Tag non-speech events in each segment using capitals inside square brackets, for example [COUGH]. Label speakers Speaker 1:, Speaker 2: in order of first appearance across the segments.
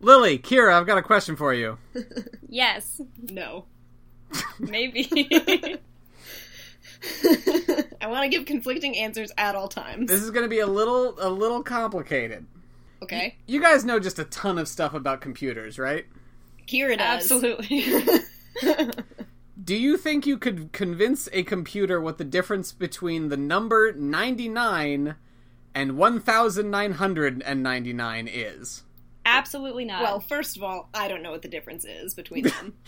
Speaker 1: Lily, Kira, I've got a question for you.
Speaker 2: Yes.
Speaker 3: [LAUGHS] No.
Speaker 2: Maybe.
Speaker 3: [LAUGHS] I want to give conflicting answers at all times.
Speaker 1: This is going to be a little a little complicated.
Speaker 3: Okay.
Speaker 1: You guys know just a ton of stuff about computers, right?
Speaker 3: Kira does.
Speaker 2: Absolutely.
Speaker 1: Do you think you could convince a computer what the difference between the number 99 and 1999 is?
Speaker 2: Absolutely not.
Speaker 3: [LAUGHS] Well, first of all, I don't know what the difference is between them. [LAUGHS]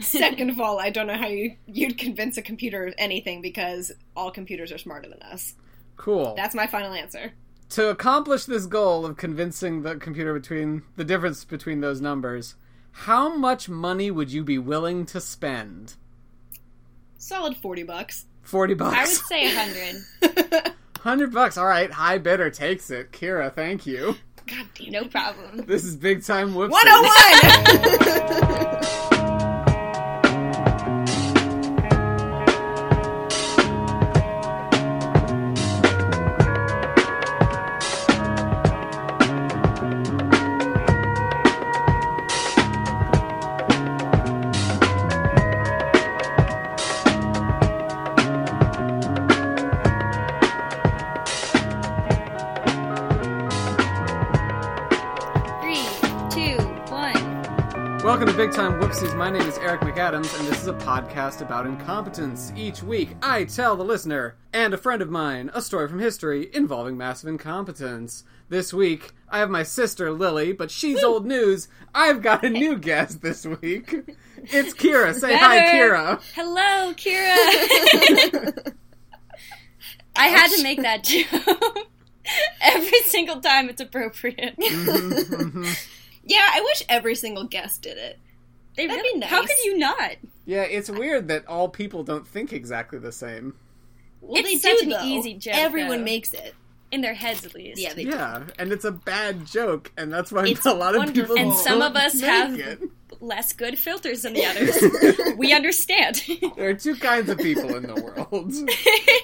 Speaker 3: Second of all, I don't know how you, you'd convince a computer of anything because all computers are smarter than us.
Speaker 1: Cool.
Speaker 3: That's my final answer.
Speaker 1: to accomplish this goal of convincing the computer between the difference between those numbers, how much money would you be willing to spend?
Speaker 3: Solid 40 bucks. [LAUGHS]
Speaker 1: 40
Speaker 2: I would
Speaker 1: bucks.
Speaker 2: say 100.
Speaker 1: 100 bucks. All right, high bidder takes it. Kira, thank you.
Speaker 3: God damn
Speaker 2: No problem.
Speaker 1: This is big time whoopsie.
Speaker 3: [LAUGHS] 101!
Speaker 2: Three, two, one.
Speaker 1: Welcome to Big Time Whoopsies. My name is Eric McAdams, and this is a podcast about incompetence. Each week, I tell the listener and a friend of mine a story from history involving massive incompetence. This week, I have my sister Lily, but she's old news. I've got a new guest this week. It's Kira. Say hi,
Speaker 2: Better.
Speaker 1: Kira.
Speaker 2: Hello,
Speaker 3: [LAUGHS]
Speaker 2: Kira. I had to make that joke. [LAUGHS] Every single time it's
Speaker 3: [LAUGHS]
Speaker 2: appropriate.
Speaker 3: yeah, I wish every single guest did it.
Speaker 2: They
Speaker 3: That'd
Speaker 2: really-
Speaker 3: be nice.
Speaker 2: How could you not?
Speaker 1: [LAUGHS] Yeah, it's weird that all people don't think exactly the same.
Speaker 3: Well,
Speaker 2: It's
Speaker 3: they
Speaker 2: such
Speaker 3: do,
Speaker 2: an
Speaker 3: though.
Speaker 2: easy joke,
Speaker 3: Everyone
Speaker 2: though.
Speaker 3: makes it.
Speaker 2: In their heads, at least.
Speaker 3: Yeah, they do.
Speaker 1: Yeah, and it's a bad joke, and that's why [LAUGHS]
Speaker 3: It's
Speaker 1: a lot of people
Speaker 3: wonderful.
Speaker 2: And some
Speaker 1: don't
Speaker 2: of us
Speaker 1: make
Speaker 2: have-
Speaker 1: it.
Speaker 2: Less good filters than
Speaker 3: [LAUGHS]
Speaker 2: the [LAUGHS] others. we understand.
Speaker 1: [LAUGHS] There are two kinds of people in the world.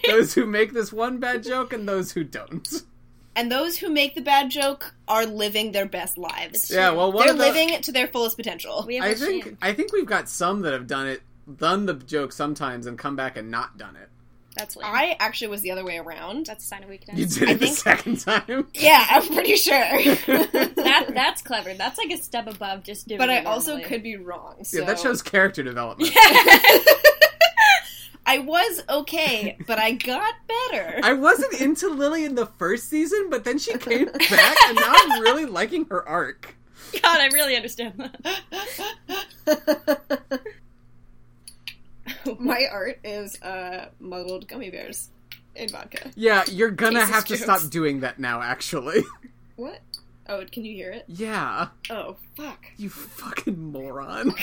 Speaker 1: those who make this one bad joke and those who don't.
Speaker 3: And those who make the bad joke are living their best lives.
Speaker 1: Yeah, well, one
Speaker 3: They're
Speaker 1: of the,
Speaker 3: living it to their fullest potential.
Speaker 2: we have
Speaker 1: I
Speaker 2: a
Speaker 1: think
Speaker 2: shame.
Speaker 1: I think we've got some that have done it, done the joke sometimes, and come back and not done it.
Speaker 2: That's lame.
Speaker 3: I actually was the other way around.
Speaker 2: That's a sign of
Speaker 1: You
Speaker 2: weakness.
Speaker 1: did
Speaker 3: I
Speaker 1: it the
Speaker 3: think-
Speaker 1: second time.
Speaker 3: Yeah, I'm pretty [LAUGHS] sure.
Speaker 2: That that's clever. That's like a step above just doing.
Speaker 3: [LAUGHS] but
Speaker 2: it
Speaker 3: I also
Speaker 2: normally. [LAUGHS]
Speaker 3: could be wrong. So
Speaker 1: Yeah, that shows character development.
Speaker 3: I was okay, but I got better.
Speaker 1: I wasn't into Lily in the first season, but then she came back, and now I'm really liking her arc.
Speaker 2: God, I really understand that.
Speaker 3: [LAUGHS] My art is uh, muddled gummy bears in vodka.
Speaker 1: Yeah, you're gonna
Speaker 3: Jesus
Speaker 1: have to
Speaker 3: jokes.
Speaker 1: stop doing that now. Actually, [LAUGHS]
Speaker 3: What? Oh, can you hear it?
Speaker 1: yeah,
Speaker 3: Oh, fuck. [LAUGHS]
Speaker 1: you fucking moron.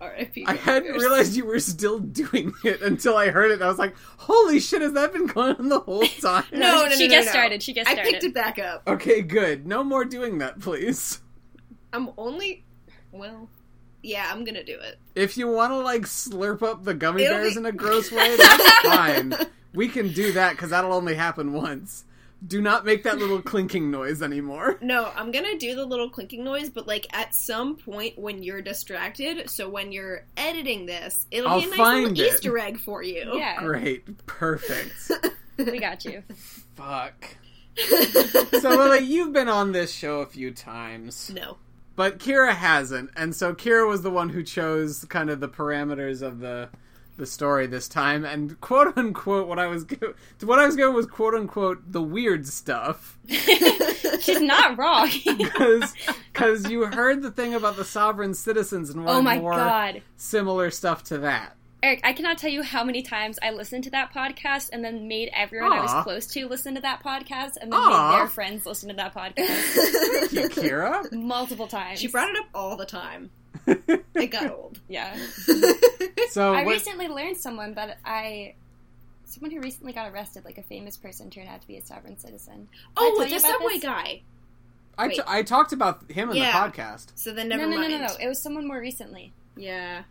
Speaker 3: R.I.P.
Speaker 1: I hadn't realized you were still doing it until I heard it. I was like, "Holy shit, has that been going on the whole time?"
Speaker 3: [LAUGHS] No, no, no,
Speaker 2: she
Speaker 3: no,
Speaker 2: gets
Speaker 3: no.
Speaker 2: started. She gets
Speaker 3: I
Speaker 2: started.
Speaker 3: picked it back up.
Speaker 1: Okay, good. No more doing that, please.
Speaker 3: I'm only. Well, yeah, I'm gonna do it.
Speaker 1: If you want to like slurp up the gummy
Speaker 3: It'll
Speaker 1: bears
Speaker 3: be-
Speaker 1: in a gross
Speaker 3: [LAUGHS]
Speaker 1: way, that's fine. We can do that because that'll only happen once. Do not make that little clinking noise anymore.
Speaker 3: No, I'm gonna do the little clinking noise, but like at some point when you're distracted, so when you're editing this, it'll
Speaker 1: I'll
Speaker 3: be a nice
Speaker 1: find
Speaker 3: little
Speaker 1: it.
Speaker 3: Easter egg for you. [LAUGHS]
Speaker 2: Yeah,
Speaker 1: Oh, Great, perfect.
Speaker 2: we got you.
Speaker 1: Fuck. So Lily, you've been on this show a few times. [LAUGHS]
Speaker 3: [LAUGHS] no.
Speaker 1: but Kira hasn't, and so Kira was the one who chose kind of the parameters of the the story this time, and quote unquote what I was go- what I was going was quote unquote the weird stuff
Speaker 2: She's not
Speaker 1: [LAUGHS]
Speaker 2: wrong.
Speaker 1: because because you heard the thing about the sovereign citizens and wanted
Speaker 2: [LAUGHS] oh my
Speaker 1: more
Speaker 2: god,
Speaker 1: similar stuff to that.
Speaker 2: Eric! I cannot tell you how many times I listened to that podcast and then made everyone I
Speaker 1: Aw.
Speaker 2: was close to listen to that podcast and then
Speaker 1: Aw.
Speaker 2: made their friends listen to that podcast [LAUGHS]
Speaker 1: Thank you, Kira.
Speaker 2: multiple times.
Speaker 3: She brought it up all the time. It
Speaker 1: [LAUGHS]
Speaker 3: got old. [LAUGHS] Oh,
Speaker 2: yeah.
Speaker 1: So
Speaker 2: I
Speaker 1: what,
Speaker 2: recently learned someone that I. Someone who recently got arrested, like a famous person, turned out to be a sovereign citizen.
Speaker 3: oh,
Speaker 2: tell
Speaker 3: with
Speaker 2: you
Speaker 3: the
Speaker 2: about
Speaker 3: subway
Speaker 2: this?
Speaker 3: guy.
Speaker 1: I, t- I talked about him in
Speaker 3: Yeah.
Speaker 1: the podcast.
Speaker 3: So then never
Speaker 2: no, no,
Speaker 3: mind.
Speaker 2: no, no, no. It was someone more recently.
Speaker 3: Yeah.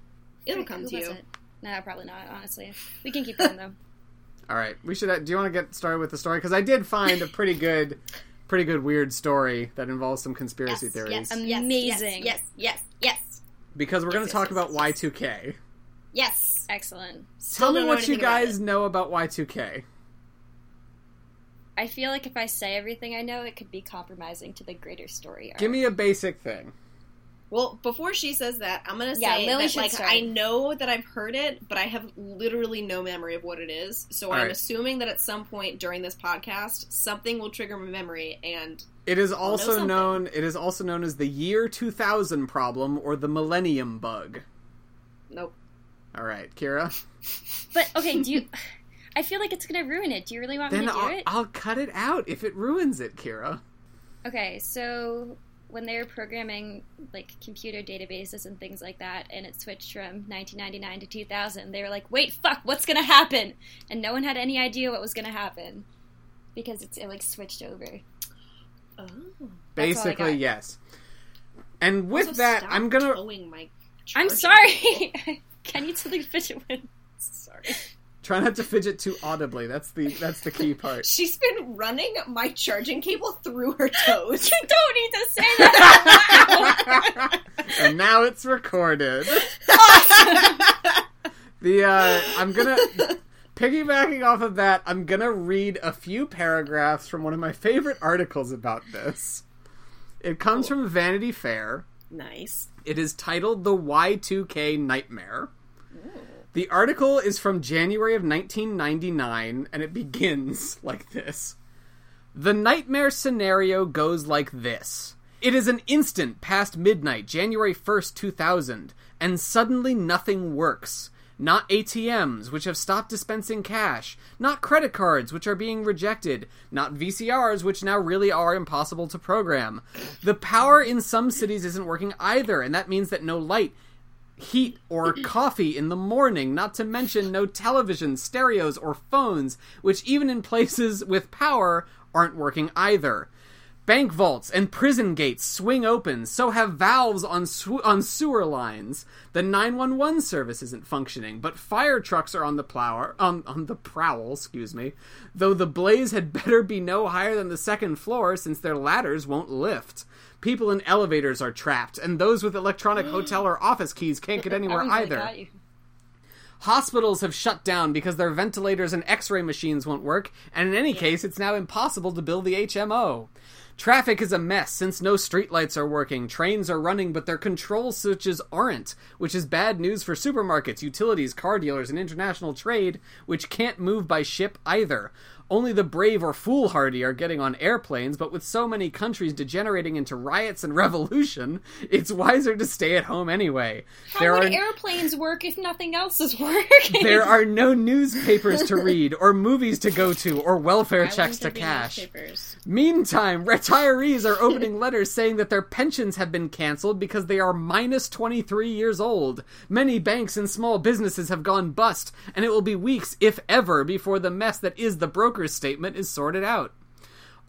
Speaker 3: It'll
Speaker 2: Wait,
Speaker 3: come
Speaker 2: who
Speaker 3: to
Speaker 2: was
Speaker 3: you.
Speaker 2: it? No, probably not. Honestly, we can
Speaker 3: [LAUGHS]
Speaker 2: keep going though.
Speaker 1: uh, All right, we should. Do you want to get started with the story? Because I did find a pretty good [LAUGHS] pretty good weird story that involves some conspiracy
Speaker 3: Yes,
Speaker 1: theories.
Speaker 2: um,
Speaker 3: Yes,
Speaker 2: Amazing.
Speaker 3: Yes, yes, yes, yes.
Speaker 1: because we're going to
Speaker 3: yes,
Speaker 1: talk
Speaker 3: yes,
Speaker 1: about
Speaker 3: yes, yes.
Speaker 1: Y2K.
Speaker 3: yes.
Speaker 2: Excellent.
Speaker 3: Still
Speaker 1: Tell me
Speaker 3: don't know
Speaker 1: what you
Speaker 3: anything about
Speaker 1: guys know about Y2K.
Speaker 2: I feel like if I say everything I know, it could be compromising to the greater story arc.
Speaker 1: Give me a basic thing.
Speaker 3: it. Well, before she says that, I'm gonna say
Speaker 2: Yeah, Lily
Speaker 3: that
Speaker 2: should
Speaker 3: like
Speaker 2: start.
Speaker 3: I know that I've heard it, but I have literally no memory of what it is. So
Speaker 1: All
Speaker 3: I'm
Speaker 1: right.
Speaker 3: assuming that at some point during this podcast, something will trigger my memory, and
Speaker 1: It is
Speaker 3: know
Speaker 1: also
Speaker 3: something.
Speaker 1: known it is also known as the year 2000 problem or the millennium bug.
Speaker 3: nope.
Speaker 1: All right, Kira.
Speaker 2: But okay, do you? [LAUGHS] I feel like it's gonna ruin it. Do you really want me
Speaker 1: Then
Speaker 2: to do
Speaker 1: I'll,
Speaker 2: it?
Speaker 1: I'll cut it out if it ruins it, Kira.
Speaker 2: Okay, so when they were programming like computer databases and things like that, and it switched from 1999 to 2000, they were like, "Wait, fuck, what's gonna happen?" And no one had any idea what was gonna happen because it's, it like switched over.
Speaker 3: Oh.
Speaker 2: That's all I
Speaker 1: Basically,
Speaker 2: got.
Speaker 1: yes. And with that, I'm gonna
Speaker 3: Towing my
Speaker 2: I'm
Speaker 3: charger.
Speaker 2: sorry. [LAUGHS] Can you tell the fidget one?
Speaker 1: [LAUGHS]
Speaker 3: sorry.
Speaker 1: try not to fidget too audibly. That's the that's the key part.
Speaker 3: She's been running my charging cable through her toes.
Speaker 2: [LAUGHS] You don't need to say that.
Speaker 1: [LAUGHS] and now it's recorded. The uh, I'm gonna piggybacking off of that. I'm gonna read a few paragraphs from one of my favorite articles about this. It comes from Vanity Fair.
Speaker 3: nice.
Speaker 1: It is titled The Y2K Nightmare. The article is from January of 1999 and it begins [LAUGHS] like this The nightmare scenario goes like this It is an instant past midnight, January 1st, 2000, and suddenly nothing works. Not ATMs, which have stopped dispensing cash, not credit cards, which are being rejected, not VCRs, which now really are impossible to program. The power in some cities isn't working either, and that means that no light, heat or coffee in the morning, not to mention no television, stereos, or phones, which even in places with power aren't working either. Bank vaults and prison gates swing open, so have valves on, sw- on sewer lines. The 911 service isn't functioning, but fire trucks are on the plower, um, on the prowl, excuse me, though the blaze had better be no higher than the second floor since their ladders won't lift. People in elevators are trapped, and those with electronic hotel or office keys can't get anywhere
Speaker 2: Everyone's
Speaker 1: either.
Speaker 2: like, "Got Oh you."
Speaker 1: Hospitals have shut down because their ventilators and x ray machines won't work, and in any case, it's now impossible to build the HMO. Traffic is a mess since no streetlights are working, trains are running, but their control switches aren't, which is bad news for supermarkets, utilities, car dealers, and international trade, which can't move by ship either. Only the brave or foolhardy are getting on airplanes, but with so many countries degenerating into riots and [LAUGHS] revolution, it's wiser to stay at home anyway.
Speaker 2: How would airplanes work if nothing else [LAUGHS] is working?
Speaker 1: There are no newspapers to read, or movies to go to, or welfare checks to
Speaker 3: There be
Speaker 1: cash.
Speaker 3: newspapers.
Speaker 1: Meantime, retirees are opening letters saying that their pensions have been canceled because they are minus 23 years old. Many banks and small businesses have gone bust, and it will be weeks, if ever, before the mess that is the broker's statement is sorted out.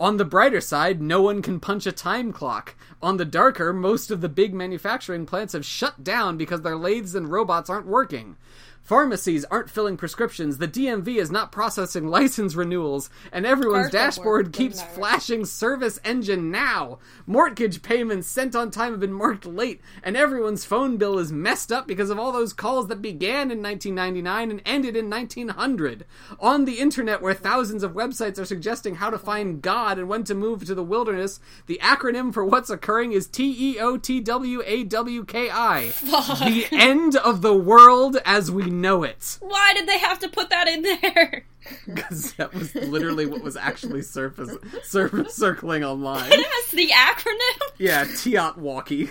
Speaker 1: On the brighter side, no one can punch a time clock. On the darker, most of the big manufacturing plants have shut down because their lathes and robots aren't working. Pharmacies aren't filling prescriptions, the DMV is not processing [LAUGHS] license renewals, and everyone's
Speaker 2: Cars don't work,
Speaker 1: dashboard
Speaker 2: doesn't
Speaker 1: keeps
Speaker 2: matter.
Speaker 1: flashing service engine now. Mortgage payments sent on time have been marked late, and everyone's phone bill is messed up because of all those calls that began in 1999 and ended in 1900. On the internet, where thousands of websites are suggesting how to find God and when to move to the wilderness, the acronym for what's occurring is T E O T W A W K I. The end of the world as we know it. [LAUGHS]
Speaker 2: Why did they have to put that in there? [LAUGHS]
Speaker 1: Because that was literally what was actually surface, [LAUGHS] surface circling online.
Speaker 2: That's the acronym.
Speaker 1: Yeah, Tiot Walkie.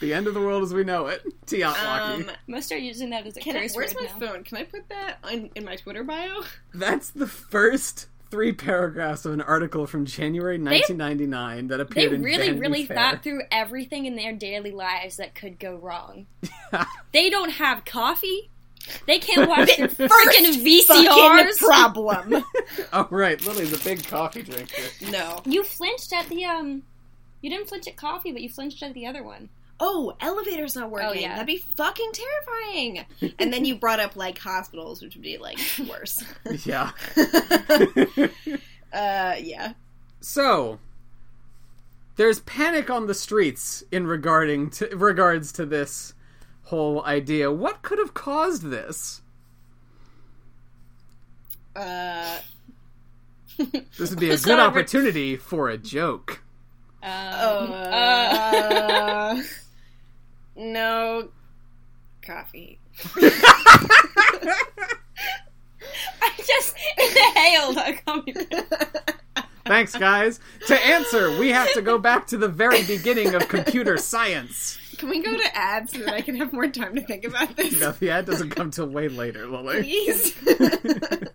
Speaker 1: the end of the world as we know it. Tiot Walkie.
Speaker 3: Um,
Speaker 2: Most are using that as a
Speaker 3: can I,
Speaker 2: curse
Speaker 3: where's
Speaker 2: word
Speaker 3: my
Speaker 2: now.
Speaker 3: phone? Can I put that on, in my Twitter bio?
Speaker 1: That's the first three paragraphs of an article from January 1999 that
Speaker 2: They
Speaker 1: appeared in
Speaker 2: really,
Speaker 1: Vanity
Speaker 2: really
Speaker 1: Fair.
Speaker 2: thought through everything in their daily lives that could go wrong. [LAUGHS] they don't have coffee. They can't watch [LAUGHS] their freaking
Speaker 3: Fucking
Speaker 2: VCRs. [LAUGHS]
Speaker 3: problem.
Speaker 1: [LAUGHS] Oh, right. Lily's a big coffee drinker.
Speaker 3: no.
Speaker 2: You flinched at the um. You didn't flinch at coffee, but you flinched at the other one.
Speaker 3: oh, elevator's not working.
Speaker 2: Oh, yeah.
Speaker 3: That'd be fucking terrifying. and [LAUGHS] then you brought up like hospitals, which would be like [LAUGHS] worse.
Speaker 1: Yeah. [LAUGHS]
Speaker 3: uh, yeah.
Speaker 1: So there's panic on the streets in regarding to, regards to this whole idea. What could have caused this?
Speaker 3: Uh,
Speaker 1: This would be a good
Speaker 2: Sorry.
Speaker 1: opportunity for a joke.
Speaker 2: Um, uh,
Speaker 3: [LAUGHS] uh, no [LAUGHS] coffee.
Speaker 2: [LAUGHS] I just inhaled a compliment.
Speaker 1: Thanks, guys. To answer, we have to go back to the very beginning of computer science. [LAUGHS]
Speaker 3: Can we go to ads so that I can have more time to think about this?
Speaker 1: No, the ad doesn't come till way later, Lily.
Speaker 3: Please.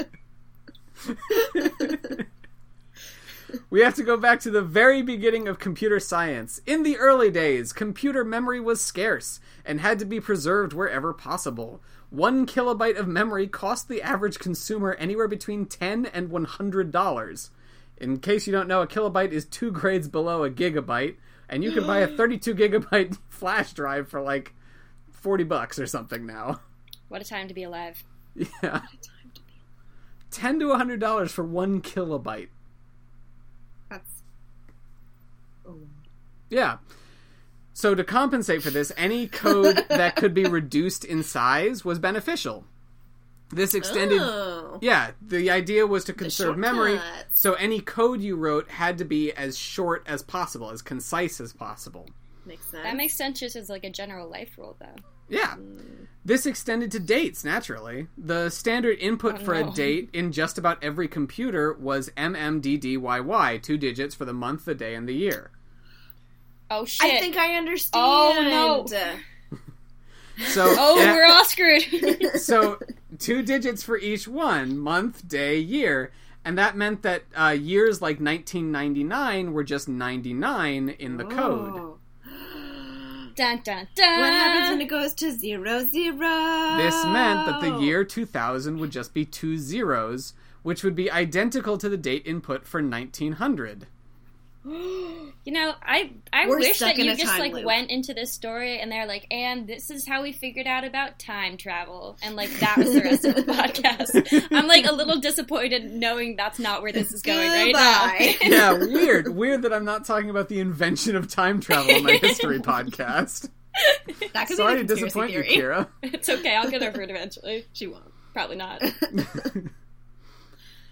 Speaker 1: We have to go back to the very beginning of computer science. In the early days, computer memory was scarce and had to be preserved wherever possible. One kilobyte of memory cost the average consumer anywhere between ten and one hundred dollars. In case you don't know, a kilobyte is two grades below a gigabyte, and you can buy a thirty-two gigabyte [LAUGHS] flash drive for like forty bucks or something now. [LAUGHS]
Speaker 2: What a time to be alive.
Speaker 1: Yeah. Ten to hundred dollars for one kilobyte.
Speaker 3: That's
Speaker 1: Yeah. So to compensate for this, any code that could be reduced in size was beneficial. This extended
Speaker 3: Oh.
Speaker 1: Yeah, the idea was to conserve memory.
Speaker 3: shortcuts.
Speaker 1: So any code you wrote had to be as short as possible, as concise as possible.
Speaker 3: Makes sense.
Speaker 2: That makes sense just as like a general life rule, though.
Speaker 1: Yeah. This extended to dates, naturally. The standard input
Speaker 2: Oh,
Speaker 1: for a
Speaker 2: no.
Speaker 1: date in just about every computer was MMDDYY, two digits for the month, the day, and the year.
Speaker 2: Oh shit!
Speaker 3: I think I understand.
Speaker 2: Oh,
Speaker 1: So
Speaker 2: oh,
Speaker 1: yeah.
Speaker 2: we're all
Speaker 3: [LAUGHS]
Speaker 2: screwed.
Speaker 1: so two digits for each one month day year and that meant that uh, years like 1999 were just 99 in the code
Speaker 3: Oh.
Speaker 2: dun dun dun.
Speaker 3: What happens when it goes to zero zero?
Speaker 1: this meant that the year 2000 would just be two zeros which would be identical to the date input for 1900
Speaker 2: You know, I I
Speaker 3: We're
Speaker 2: wish
Speaker 3: stuck
Speaker 2: that
Speaker 3: in
Speaker 2: you
Speaker 3: a
Speaker 2: just
Speaker 3: time
Speaker 2: like
Speaker 3: loop.
Speaker 2: went into this story and they're like, and this is how we figured out about time travel, and like that was the rest
Speaker 3: [LAUGHS]
Speaker 2: of the podcast. I'm like a little disappointed knowing that's not where this is going right
Speaker 3: [LAUGHS]
Speaker 1: yeah
Speaker 2: now.
Speaker 1: weird weird that i'm not talking about the invention of time travel in my
Speaker 3: [LAUGHS]
Speaker 1: history podcast
Speaker 3: That could
Speaker 1: sorry
Speaker 3: be
Speaker 1: to
Speaker 3: the
Speaker 1: disappoint
Speaker 3: conspiracy
Speaker 1: you
Speaker 3: theory.
Speaker 1: kira
Speaker 2: [LAUGHS] it's okay, I'll get over it eventually.
Speaker 3: She won't.
Speaker 2: Probably
Speaker 3: [LAUGHS]
Speaker 2: not.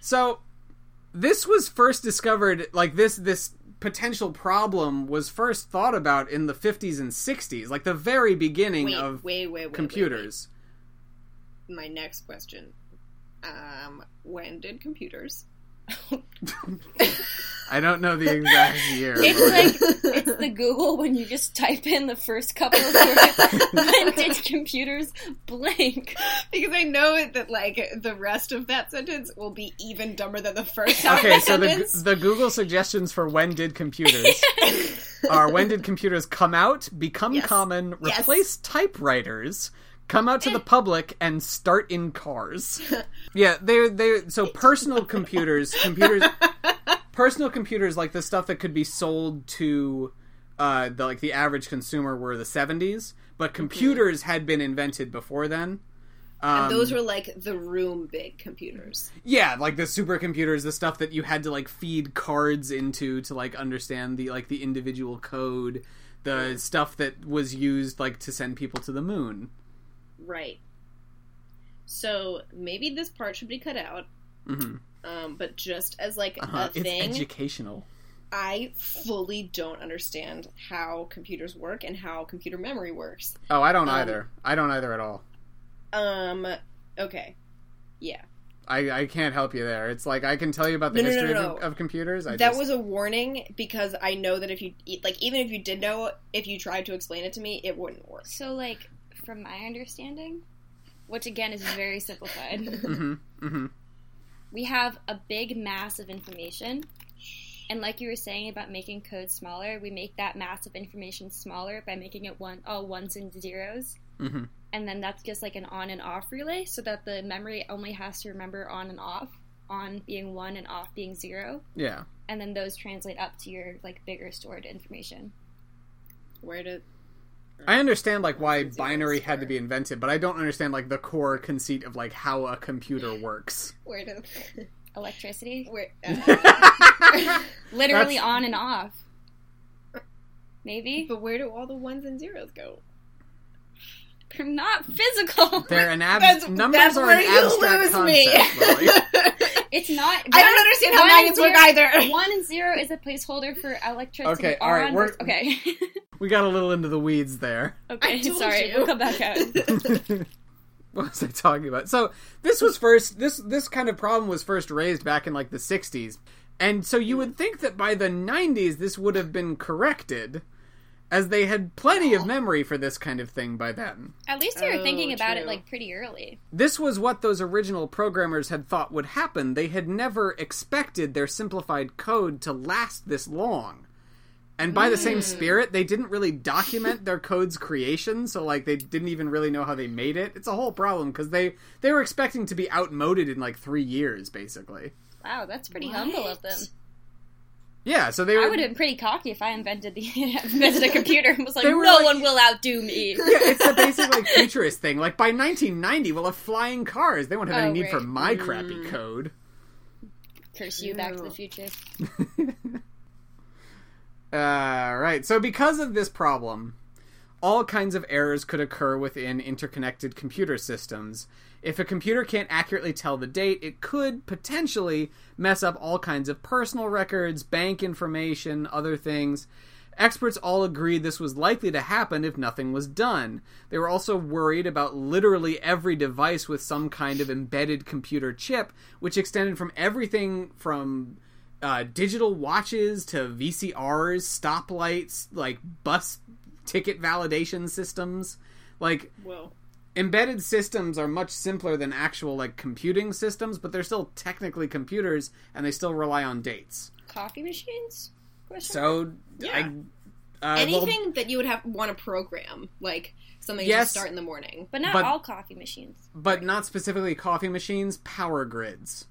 Speaker 1: So this was first discovered like this this potential problem was first thought about in the 50s and 60s, like the very beginning
Speaker 3: Wait,
Speaker 1: of
Speaker 3: wait, wait, wait, wait.
Speaker 1: computers.
Speaker 3: wait. My next question. Um, when did [LAUGHS] computers?
Speaker 1: I don't know the
Speaker 3: [LAUGHS]
Speaker 1: exact year. but-
Speaker 2: It's like it's the Google when you just type in the first couple of words. [LAUGHS] when did computers blank?
Speaker 3: Because I know it- that like the rest of that sentence will be even dumber than the [LAUGHS] first
Speaker 1: [LAUGHS]
Speaker 3: half
Speaker 1: okay,
Speaker 3: of the
Speaker 1: so the
Speaker 3: sentence.
Speaker 1: the Google suggestions for when did
Speaker 3: [LAUGHS]
Speaker 1: computers are when did computers come out, become
Speaker 3: Yes.
Speaker 1: common,
Speaker 3: Yes.
Speaker 1: replace typewriters, come out to the public, and start in
Speaker 3: [LAUGHS]
Speaker 1: cars. yeah, they're they so personal computers, computers,
Speaker 3: [LAUGHS]
Speaker 1: personal computers like the stuff that could be sold to uh, the like the average consumer were the seventies, but
Speaker 3: Mm-hmm.
Speaker 1: computers had been invented before then. Um,
Speaker 3: Those were like the room big computers.
Speaker 1: yeah, like the supercomputers, the stuff that you had to like feed cards into to like understand the like the individual code, the stuff that was used like to send people to the moon.
Speaker 3: Right. So maybe this part should be cut out.
Speaker 1: Mhm.
Speaker 3: Um, but just as like
Speaker 1: Uh-huh.
Speaker 3: a
Speaker 1: It's
Speaker 3: thing,
Speaker 1: educational.
Speaker 3: I fully don't understand how computers work and how computer memory works.
Speaker 1: Oh, I don't
Speaker 3: Um,
Speaker 1: either. I don't either at all.
Speaker 3: Um, okay, yeah,
Speaker 1: I, I can't help you there. It's like I can tell you about the
Speaker 3: No, no, no,
Speaker 1: history
Speaker 3: no.
Speaker 1: Of, of computers. I
Speaker 3: that
Speaker 1: just-
Speaker 3: was a warning because I know that if you like, even if you did know, if you tried to explain it to me, it wouldn't work.
Speaker 2: So like from my understanding, which again is very simplified.
Speaker 1: Mhm, mhm.
Speaker 2: we have a big mass of information. And like you were saying about making code smaller, we make that mass of information smaller by making it one all ones and zeros.
Speaker 1: Mhm.
Speaker 2: And then that's just like an on and off relay so that the memory only has to remember on and off, on being one and off being zero.
Speaker 1: Yeah.
Speaker 2: And then those translate up to your like bigger stored information.
Speaker 3: Where did
Speaker 1: I understand like why
Speaker 3: Computers
Speaker 1: binary had to
Speaker 3: were-
Speaker 1: be invented, but I don't understand like the core conceit of like how a computer
Speaker 3: [LAUGHS]
Speaker 1: works. [LAUGHS]
Speaker 3: Where do
Speaker 2: Electricity,
Speaker 3: where? [LAUGHS] Uh,
Speaker 1: but
Speaker 2: literally
Speaker 1: That's-
Speaker 2: on and off. Maybe
Speaker 3: but where do all the ones and zeros go?
Speaker 2: they're
Speaker 1: [LAUGHS]
Speaker 2: not physical.
Speaker 1: they're an ab-
Speaker 3: That's-
Speaker 1: Um, numbers
Speaker 3: that's
Speaker 1: are
Speaker 3: where
Speaker 1: an
Speaker 3: you
Speaker 1: abstract
Speaker 3: lose me. [LAUGHS]
Speaker 1: concept. Lily.
Speaker 2: It's not.
Speaker 3: I
Speaker 2: one-
Speaker 3: don't understand how
Speaker 2: one
Speaker 3: magnets work
Speaker 2: zero-
Speaker 3: either.
Speaker 2: One and zero is a placeholder for electricity.
Speaker 1: Okay, all right,
Speaker 2: on
Speaker 1: we're-
Speaker 2: okay. [LAUGHS]
Speaker 1: we got a little into the weeds there. [LAUGHS]
Speaker 2: okay,
Speaker 3: [LAUGHS] I [LAUGHS] told
Speaker 2: sorry.
Speaker 3: you.
Speaker 2: We'll come back out.
Speaker 1: what was I talking about? So this was first this this kind of problem was first raised back in like the '60s, and so you would think that by the '90s this would have been corrected, as they had plenty of memory for this kind of thing by then.
Speaker 2: At least they were
Speaker 3: Oh,
Speaker 2: thinking about it
Speaker 3: true.
Speaker 2: like pretty early.
Speaker 1: This was what those original programmers had thought would happen. They had never expected their simplified code to last this long. And by the
Speaker 2: Hmm.
Speaker 1: same spirit, they didn't really document their code's creation, so like they didn't even really know how they made it. It's a whole problem because they they were expecting to be outmoded in like 3 years basically.
Speaker 2: Wow, that's pretty humble of them.
Speaker 1: Yeah, so they were
Speaker 2: I would have been pretty cocky if I invented the [LAUGHS] invented a computer and was like,
Speaker 1: They
Speaker 2: no
Speaker 1: were like-
Speaker 2: one will
Speaker 1: [LAUGHS]
Speaker 2: outdo me.
Speaker 1: yeah, [LAUGHS] it's the basic like futurist thing. Like by 1990, we'll have flying cars. They won't have
Speaker 2: Oh,
Speaker 1: any need for
Speaker 2: right. Mm.
Speaker 1: my crappy code.
Speaker 2: Curse you, Back to the Future.
Speaker 1: Uh, right. So because of this problem, all kinds of errors could occur within interconnected computer systems. If a computer can't accurately tell the date, it could potentially mess up all kinds of personal records, bank information, other things. Experts all agreed this was likely to happen if nothing was done. They were also worried about literally every device with some kind of embedded computer chip, which extended from everything from uh, digital watches to VCRs, stoplights, like bus ticket validation systems. Like
Speaker 3: [LAUGHS] Whoa.
Speaker 1: embedded systems are much simpler than actual like computing systems, but they're still technically computers and they still rely on dates.
Speaker 2: Coffee machines? Question mark?
Speaker 1: So
Speaker 3: Yeah.
Speaker 1: I uh, well,
Speaker 3: Anything that you would have want to program, like something you
Speaker 1: Yes.
Speaker 3: just start in the morning.
Speaker 2: but not
Speaker 1: but-
Speaker 2: all coffee machines.
Speaker 1: but not specifically coffee machines, power grids.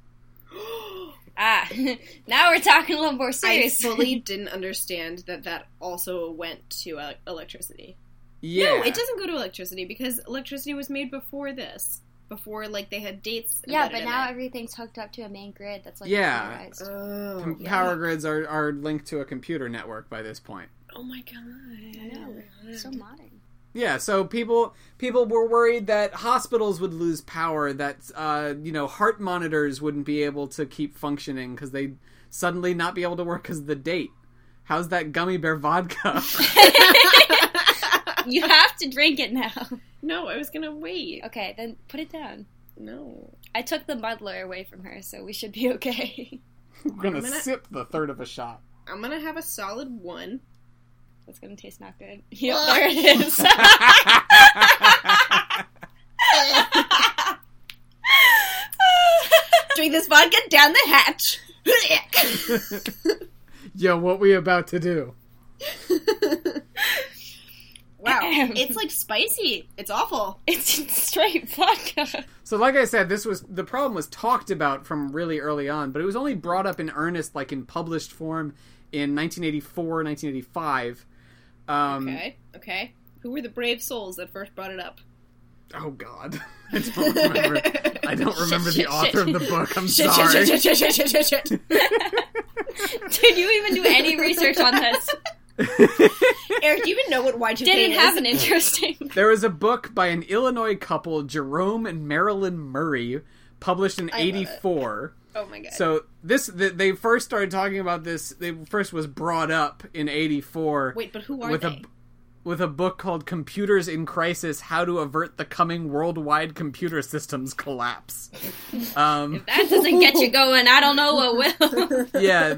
Speaker 2: Ah, [LAUGHS] now we're talking a little more
Speaker 3: I
Speaker 2: serious. [LAUGHS]
Speaker 3: fully didn't understand that that also went to uh, electricity.
Speaker 1: Yeah.
Speaker 3: No, it doesn't go to electricity because electricity was made before this. Before, like they had dates.
Speaker 2: yeah, but
Speaker 3: embedded
Speaker 2: now
Speaker 3: in Oh.
Speaker 2: everything's hooked up to a main grid that's like
Speaker 1: Yeah.
Speaker 2: computerized.
Speaker 3: it.
Speaker 1: Com-
Speaker 3: yeah.
Speaker 1: Oh, Power grids are, are linked to a computer network by this point.
Speaker 3: Oh my god!
Speaker 2: I know. So modern.
Speaker 1: Yeah, so people people were worried that hospitals would lose power, that uh, you know heart monitors wouldn't be able to keep functioning because they suddenly not be able to work because of the date. How's that gummy bear [LAUGHS] vodka?
Speaker 2: [LAUGHS] You have to drink it now.
Speaker 3: no, I was gonna wait.
Speaker 2: Okay, then put it down.
Speaker 3: No,
Speaker 2: I took the muddler away from her, so we should be [LAUGHS] okay.
Speaker 1: I'm gonna
Speaker 3: minute.
Speaker 1: sip the third of a shot.
Speaker 3: I'm gonna have a solid one.
Speaker 2: That's gonna taste not good. [LAUGHS] Yep, there it
Speaker 3: Oh.
Speaker 2: is. [LAUGHS] I
Speaker 3: Drink this vodka down the hatch.
Speaker 1: [LAUGHS] Yo, what we about to do?
Speaker 3: wow, [LAUGHS]
Speaker 2: [LAUGHS]
Speaker 3: it's like spicy. It's awful.
Speaker 2: It's straight [LAUGHS] vodka.
Speaker 1: So, like I said, this was the problem was talked about from really early on, but it was only brought up in earnest, like in published form, in 1984, 1985. Um,
Speaker 3: Okay, okay. Who were the brave souls that first brought it up?
Speaker 1: Oh [LAUGHS] God, I don't remember. I
Speaker 3: [LAUGHS]
Speaker 1: don't remember the
Speaker 2: shit,
Speaker 1: author of the book. I'm
Speaker 3: Shit,
Speaker 1: sorry.
Speaker 3: shit, shit, shit, shit, shit, shit, shit, shit.
Speaker 2: Did you even do any research on this?
Speaker 3: [LAUGHS] Eric, do you even know what Y2K is?
Speaker 2: Didn't have an interesting.
Speaker 1: There was a book by an Illinois couple, Jerome and Marilyn Murray, published in
Speaker 3: love it.
Speaker 1: '84.
Speaker 3: Oh my god.
Speaker 1: So this th- they first started talking about this. They first was brought up in '84.
Speaker 3: Wait, but who are
Speaker 1: with
Speaker 3: they?
Speaker 1: a with a book called Computers in Crisis: How to Avert the Coming Worldwide Computer Systems Collapse. um,
Speaker 2: That doesn't get you going. I don't know what [LAUGHS] will.
Speaker 1: yeah,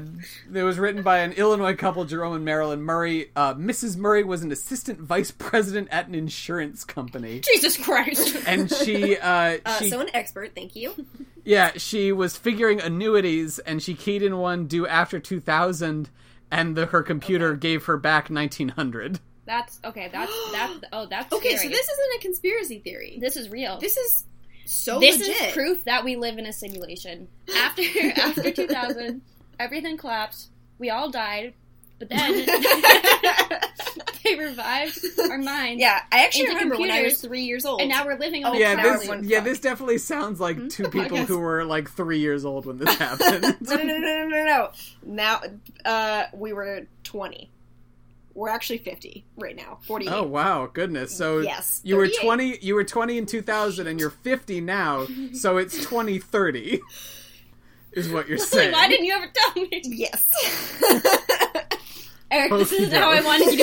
Speaker 1: it was written by an Illinois couple, Jerome and Marilyn Murray. Uh, Mrs. Murray was an assistant vice president at an insurance company,
Speaker 2: Jesus Christ. [LAUGHS]
Speaker 1: and she, uh,
Speaker 3: [LAUGHS] uh,
Speaker 1: she
Speaker 3: someone expert, thank you.
Speaker 1: yeah, she was figuring annuities, and she keyed in one due after 2000, and the, her computer gave her back 1900.
Speaker 2: That's okay. That's that's oh that's
Speaker 3: Okay, so
Speaker 2: scary.
Speaker 3: this isn't a conspiracy theory.
Speaker 2: this is real.
Speaker 3: This is so
Speaker 2: this
Speaker 3: legit.
Speaker 2: is proof that we live in a simulation. [LAUGHS] After after [LAUGHS] 2000, everything collapsed. We all died, but then they revived our minds.
Speaker 3: [LAUGHS] Yeah, I actually
Speaker 2: Into
Speaker 3: remember when I was
Speaker 2: computers,
Speaker 3: three years old.
Speaker 2: And now we're living on
Speaker 3: Oh,
Speaker 2: the
Speaker 1: yeah,
Speaker 2: power
Speaker 1: this
Speaker 2: one.
Speaker 3: one
Speaker 1: yeah,
Speaker 3: fuck.
Speaker 1: this definitely sounds like
Speaker 3: [LAUGHS]
Speaker 1: two people
Speaker 3: Yes.
Speaker 1: who were like three years old when this happened.
Speaker 3: [LAUGHS] no, no, no, no, no, no, no. Now uh, we were twenty. We're actually fifty right now. Forty-eight.
Speaker 1: oh wow, goodness! So
Speaker 3: Yes,
Speaker 1: you were
Speaker 3: 38.
Speaker 1: twenty, you were twenty in two thousand, and you're fifty now. So it's twenty thirty, is what you're saying.
Speaker 2: Why didn't you ever tell me?
Speaker 3: Yes.
Speaker 2: Eric,
Speaker 1: Both
Speaker 2: this is
Speaker 1: know.
Speaker 2: how [LAUGHS] I wanted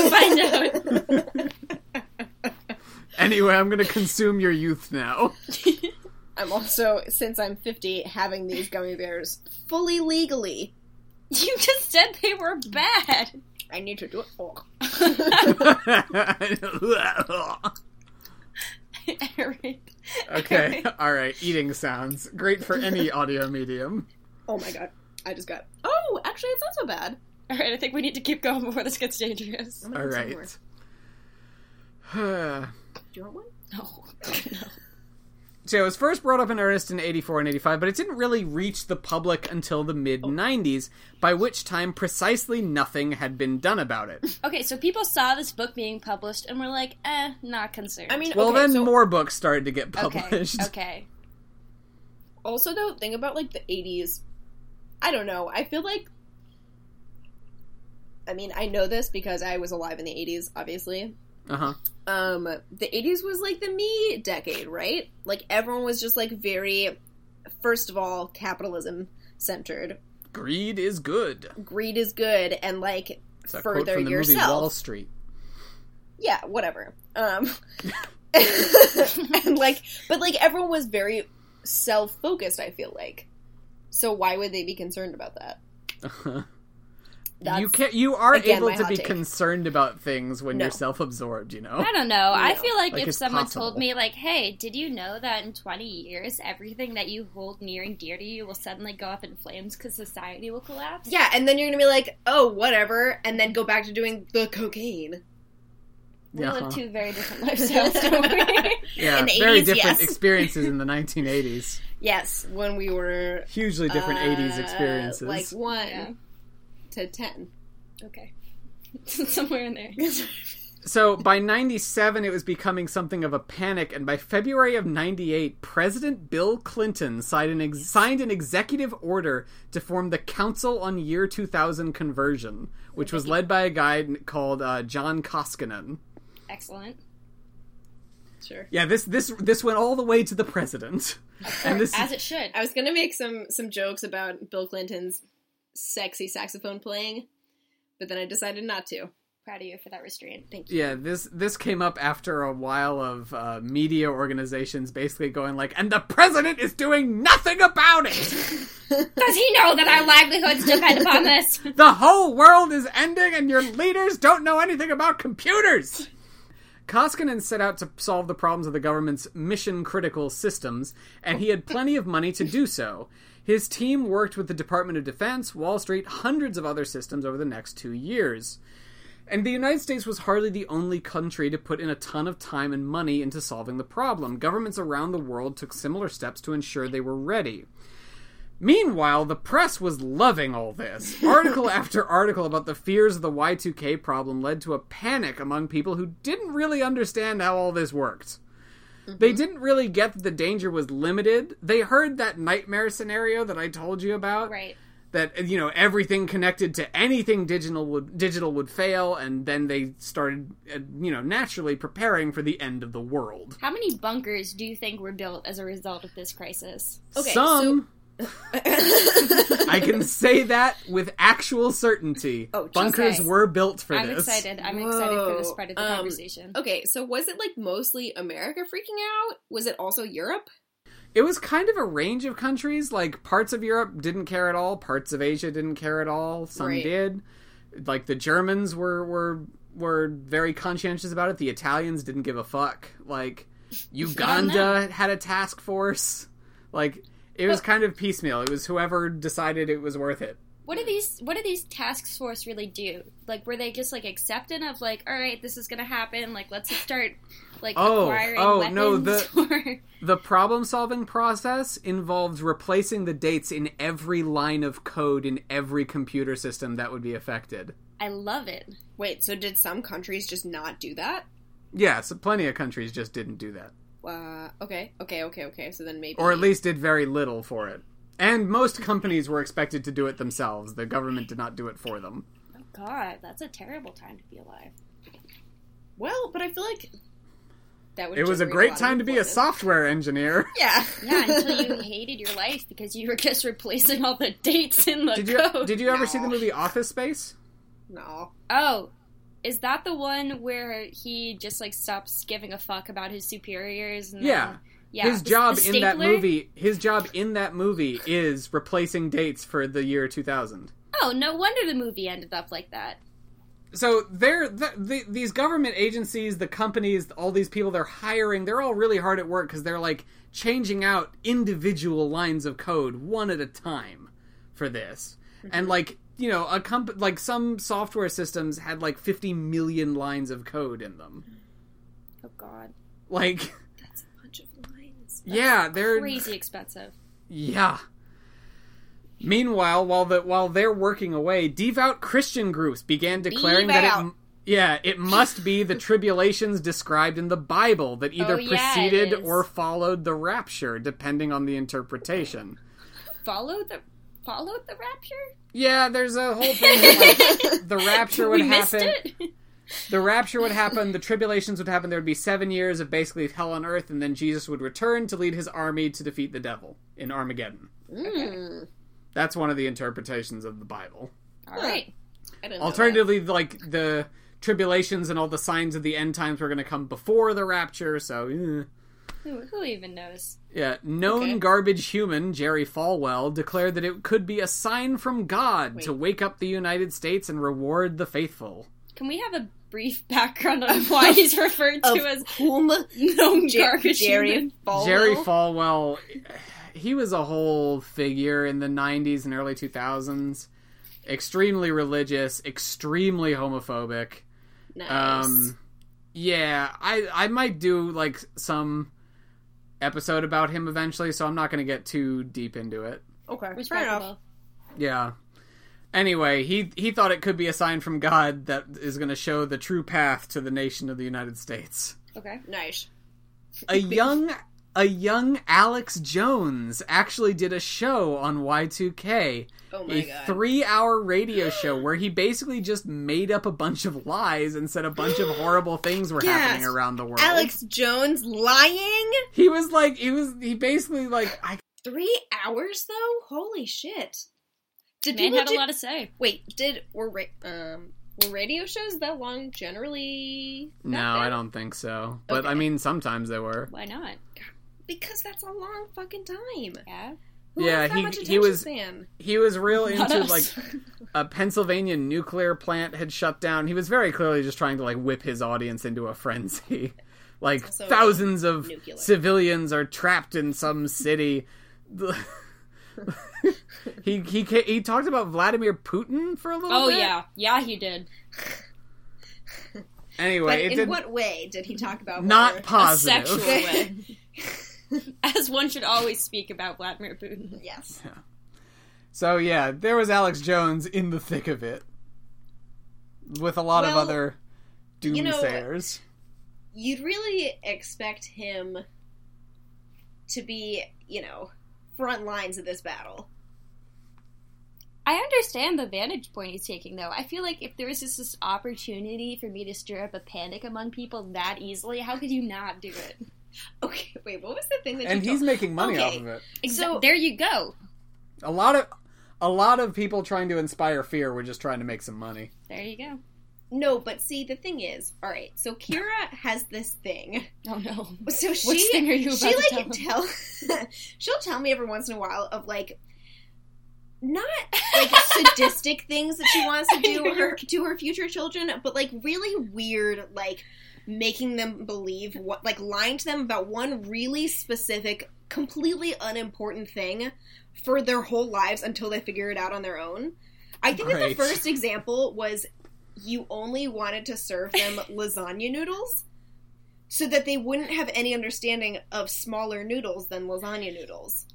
Speaker 2: you to find out.
Speaker 1: anyway, I'm gonna consume your youth now.
Speaker 3: [LAUGHS] I'm also, since I'm 50, having these gummy bears fully legally.
Speaker 2: [LAUGHS] You just said they were bad. [LAUGHS]
Speaker 3: I need to do it. [LAUGHS] Oh.
Speaker 2: Eric.
Speaker 1: okay, all right. Eating sounds great for any audio medium.
Speaker 3: Oh my god. I just got. Oh, actually, it's not so bad.
Speaker 2: [LAUGHS] All right, I think we need to keep going before this gets dangerous.
Speaker 3: I'm gonna
Speaker 1: All
Speaker 3: get some more.
Speaker 1: right. [SIGHS] so
Speaker 3: Do you want one?
Speaker 2: Oh, No.
Speaker 1: it was first brought up in earnest in 84 and 85, but it didn't really reach the public until the mid 90s, by which time precisely nothing had been done about it.
Speaker 2: [LAUGHS] Okay, so people saw this book being published and were like, eh, not concerned.
Speaker 3: I mean, [LAUGHS]
Speaker 1: Well,
Speaker 3: okay,
Speaker 1: then
Speaker 3: so
Speaker 1: more books started to get
Speaker 2: okay,
Speaker 1: published. [LAUGHS]
Speaker 2: okay.
Speaker 3: also though, think about like the 80s. I don't know. I feel like. I mean, I know this because I was alive in the 80s, obviously.
Speaker 1: Uh huh.
Speaker 3: um the 80s was like the me decade right like everyone was just like very first of all capitalism centered
Speaker 1: Greed is good.
Speaker 3: greed is good and like
Speaker 1: It's a quote
Speaker 3: further
Speaker 1: from the movie
Speaker 3: yourself
Speaker 1: Wall Street.
Speaker 3: yeah whatever
Speaker 1: [LAUGHS]
Speaker 3: um [LAUGHS] and like but like everyone was very self-focused i feel like so why would they be concerned
Speaker 1: [LAUGHS]
Speaker 3: about that That's-
Speaker 1: you can you are
Speaker 3: again,
Speaker 1: able
Speaker 3: my
Speaker 1: to
Speaker 3: hot
Speaker 1: be
Speaker 3: take.
Speaker 1: concerned about things when
Speaker 3: No.
Speaker 1: you're self-absorbed, you know.
Speaker 2: I don't know. I feel Oh, like,
Speaker 1: Like,
Speaker 2: if
Speaker 1: it's
Speaker 2: someone
Speaker 1: possible.
Speaker 2: told me, like, hey, did you know that in 20 years, everything that you hold near and dear to you will suddenly go up in flames because society will collapse?
Speaker 3: yeah and then you're gonna be like oh whatever and then go back to doing the cocaine
Speaker 2: We
Speaker 1: Uh-huh.
Speaker 2: live two very different [LAUGHS] lifestyles, don't we? [LAUGHS]
Speaker 1: Yeah,
Speaker 3: In the
Speaker 1: very
Speaker 3: 80s,
Speaker 1: different
Speaker 3: yes.
Speaker 1: experiences
Speaker 3: [LAUGHS]
Speaker 1: in the 1980s.
Speaker 3: yes when we were
Speaker 1: Hugely different
Speaker 3: uh,
Speaker 1: 80s experiences.
Speaker 3: like one
Speaker 2: Yeah.
Speaker 3: to ten
Speaker 2: Okay. [LAUGHS] Somewhere in there.
Speaker 1: So by 97, it was becoming something of a panic, and by February of 98, President Bill Clinton signed an, ex- signed an executive order to form the Council on Year 2000 Conversion, which was led by a guy n- called uh, John Koskinen.
Speaker 2: Excellent.
Speaker 3: Sure.
Speaker 1: Yeah, this this this went all the way to the
Speaker 2: [LAUGHS]
Speaker 1: president, and this
Speaker 2: As it should.
Speaker 3: I was gonna make some some jokes about Bill Clinton's sexy saxophone playing, but then I decided not to.
Speaker 2: Proud of you for that restraint. [LAUGHS] Thank you.
Speaker 1: yeah this this came up after a while of uh, media organizations basically going like, and the president is doing nothing about it.
Speaker 2: Does he know that our livelihoods depend upon [LAUGHS] this?
Speaker 1: The whole world is ending, and your leaders don't know anything about computers! Koskinen set out to solve the problems of the government's mission critical systems, and he had plenty of money to do so. His team worked with the Department of Defense, Wall Street, hundreds of other systems over the next two years. And the United States was hardly the only country to put in a ton of time and money into solving the problem. Governments around the world took similar steps to ensure they were ready. Meanwhile, the press was loving all this. Article after article about the fears of the Y2K problem led to a panic among people who didn't really understand how all this worked. They didn't really get that the danger was limited. They heard that nightmare scenario that I told you about
Speaker 2: Right.
Speaker 1: that you know everything connected to anything digital would digital would fail and then they started uh, you know naturally preparing for the end of the world.
Speaker 2: How many bunkers do you think were built as a result of this crisis?
Speaker 3: Okay,
Speaker 1: Some I can say that with actual certainty.
Speaker 3: Oh, geez.
Speaker 1: Bunkers
Speaker 2: Okay.
Speaker 1: were built for
Speaker 2: I'm
Speaker 1: this.
Speaker 2: excited. I'm excited for
Speaker 3: Whoa.
Speaker 2: the spread of the
Speaker 3: Um,
Speaker 2: conversation.
Speaker 3: Okay, so was it like mostly America freaking out? Was it also Europe?
Speaker 1: It was kind of a range of countries. Like parts of Europe didn't care at all. Parts of Asia didn't care at all. Some
Speaker 3: Right.
Speaker 1: did. Like the Germans were were were very conscientious about it. The Italians didn't give a fuck. Like Uganda had a task force. Like it was kind of piecemeal. It was whoever decided it was worth it.
Speaker 2: What do these What do these task force really do? Like, were they just like accepting of like, all right, this is gonna happen. Like, let's just start, like
Speaker 1: Oh,
Speaker 2: acquiring
Speaker 1: oh,
Speaker 2: weapons
Speaker 1: no,
Speaker 2: [LAUGHS] or
Speaker 1: The problem solving process involves replacing the dates in every line of code in every computer system that would be affected.
Speaker 2: I love it.
Speaker 3: Wait, so did some countries just not do that?
Speaker 1: Yeah, so plenty of countries just didn't do that.
Speaker 3: Uh, okay, okay, okay, okay. So then maybe,
Speaker 1: Or at least did very little for it. And most companies were expected to do it themselves. The government did not do it for them.
Speaker 2: Oh god, that's a terrible time to be alive.
Speaker 3: well, but I feel like that would.
Speaker 1: It was a
Speaker 3: generate lot
Speaker 1: great
Speaker 3: of
Speaker 1: time to be a
Speaker 3: employment.
Speaker 1: software engineer.
Speaker 3: Yeah, [LAUGHS]
Speaker 2: Yeah, until you [LAUGHS] hated your life because you were just replacing all the dates in the
Speaker 1: Did
Speaker 2: code.
Speaker 1: you did you ever see the
Speaker 3: No.
Speaker 1: movie Office Space?
Speaker 3: no,
Speaker 2: oh, is that the one where he just like stops giving a fuck about his superiors? And
Speaker 1: Yeah.
Speaker 2: then- yeah.
Speaker 1: his
Speaker 2: The-
Speaker 1: job
Speaker 2: the
Speaker 1: in that
Speaker 2: stapler?
Speaker 1: movie his job in that movie is replacing dates for the year 2000
Speaker 2: Oh, no wonder the movie ended up like that.
Speaker 1: so they're th the, these government agencies the companies all these people they're hiring they're all really hard at work because they're like changing out individual lines of code one at a time for this
Speaker 2: Mm-hmm.
Speaker 1: and like you know a comp like some software systems had like 50 million lines of code in them
Speaker 2: Oh god,
Speaker 1: like
Speaker 2: that's a bunch of lines.
Speaker 1: yeah they're
Speaker 2: Crazy expensive.
Speaker 1: Yeah. Meanwhile, while the while they're working away, devout Christian groups began declaring that it,
Speaker 3: Devout.
Speaker 1: yeah, it must be the tribulations described in the Bible that either
Speaker 2: Oh, yeah, it
Speaker 1: preceded
Speaker 2: is.
Speaker 1: or followed the rapture, depending on the interpretation.
Speaker 2: Follow the followed the rapture.
Speaker 1: Yeah, there's a whole thing. That, like, the rapture would
Speaker 2: [LAUGHS] we missed
Speaker 1: happen. [LAUGHS]
Speaker 2: it.
Speaker 1: The rapture would happen. The tribulations would happen. There would be seven years of basically hell on earth, and then Jesus would return to lead his army to defeat the devil in Armageddon.
Speaker 3: Mm.
Speaker 1: That's one of the interpretations of the Bible.
Speaker 2: All right.
Speaker 3: I didn't know
Speaker 1: Alternatively, like the tribulations and all the signs of the end times were going to come before the rapture. So eh.
Speaker 2: Who, who even knows?
Speaker 1: yeah, known
Speaker 3: Okay.
Speaker 1: garbage human Jerry Falwell declared that it could be a sign from God to wake up the United States and reward the faithful.
Speaker 2: Can we have a brief [LAUGHS] background on why he's referred
Speaker 3: that.
Speaker 2: to
Speaker 3: [LAUGHS] Of
Speaker 2: as [LAUGHS]
Speaker 3: whom?
Speaker 2: known
Speaker 3: Jer-
Speaker 2: garbage
Speaker 3: Jerry
Speaker 2: human?
Speaker 3: Falwell.
Speaker 1: Jerry Falwell, he was a whole figure in the '90s and early 2000s. Extremely religious, extremely homophobic.
Speaker 3: Nice.
Speaker 1: Um, yeah, I I might do like some episode about him eventually, so I'm not going to get too deep into it.
Speaker 3: okay, fair enough.
Speaker 2: Respectable.
Speaker 1: Yeah. Anyway, he he thought it could be a sign from God that is going to show the true path to the nation of the United States.
Speaker 2: Okay.
Speaker 3: Nice.
Speaker 1: A young a young Alex Jones actually did a show on Y2K,
Speaker 3: Oh my
Speaker 1: a
Speaker 3: god.
Speaker 1: 3-hour radio show where he basically just made up a bunch of lies and said a bunch of horrible things were
Speaker 3: Yes.
Speaker 1: happening around the world.
Speaker 3: Alex Jones lying
Speaker 1: He was like, he was, he basically like, I,
Speaker 3: three hours though. Holy shit! Did
Speaker 2: Man
Speaker 3: people
Speaker 2: had a
Speaker 3: do-
Speaker 2: lot to say.
Speaker 3: Wait, did were ra- um were radio shows that long generally? that
Speaker 1: no, I
Speaker 3: big?
Speaker 1: don't think so. But I
Speaker 3: Okay.
Speaker 1: mean, sometimes they were.
Speaker 2: Why not?
Speaker 3: Because that's a long fucking time.
Speaker 2: Yeah.
Speaker 3: Who
Speaker 1: Yeah,
Speaker 3: has that
Speaker 1: he-
Speaker 3: much
Speaker 1: he
Speaker 3: attention
Speaker 1: was-
Speaker 3: span?
Speaker 1: He was real
Speaker 2: Not
Speaker 1: into
Speaker 2: us.
Speaker 1: like a Pennsylvania nuclear plant had shut down. He was very clearly just trying to like whip his audience into a frenzy. [LAUGHS] Like
Speaker 3: It's also
Speaker 1: thousands of
Speaker 3: nuclear.
Speaker 1: civilians are trapped in some
Speaker 3: [LAUGHS]
Speaker 1: city. The- he he ca- he talked about Vladimir Putin for a little
Speaker 2: Oh
Speaker 1: bit.
Speaker 2: yeah, yeah he did. [LAUGHS]
Speaker 3: But
Speaker 1: Anyway, it
Speaker 3: in
Speaker 1: did
Speaker 3: what way did he talk about
Speaker 1: not
Speaker 3: [LAUGHS] whether-
Speaker 2: A
Speaker 1: positive.
Speaker 2: sexual way, as one should always speak about Vladimir Putin.
Speaker 3: yes.
Speaker 1: [LAUGHS] So yeah, there was Alex Jones in the thick of it, with a lot of
Speaker 3: Well,
Speaker 1: other
Speaker 3: you know-
Speaker 1: doomsayers.
Speaker 3: You'd really expect him to be, you know, front lines of this battle. [LAUGHS]
Speaker 2: I understand the vantage point he's taking, though. I feel like if there was just this opportunity for me to stir up a panic among people that easily, how could you not do it?
Speaker 3: Okay, wait, what was the thing that
Speaker 1: and
Speaker 3: you
Speaker 1: he's making money
Speaker 3: Okay.
Speaker 1: off of it.
Speaker 2: [LAUGHS] so there you go.
Speaker 1: A lot of a lot of people trying to inspire fear were just trying to make some money.
Speaker 2: There you go.
Speaker 3: told? No, but see, the thing is, all right. So Kira has this thing. [LAUGHS]
Speaker 2: Oh no.
Speaker 3: So she
Speaker 2: Which thing are you about
Speaker 3: she
Speaker 2: to
Speaker 3: like tell, [LAUGHS] she'll tell me every once in a while of like
Speaker 2: [LAUGHS]
Speaker 3: not like sadistic things that she wants to do her to her future children but like really weird like making them believe what like lying to them about one really specific completely unimportant thing for their whole lives until they figure it out on their own i think that the
Speaker 1: Great.
Speaker 2: [LAUGHS]
Speaker 3: first example was you only wanted to serve them lasagna noodles so that they wouldn't have any understanding of smaller noodles than lasagna noodles. [LAUGHS]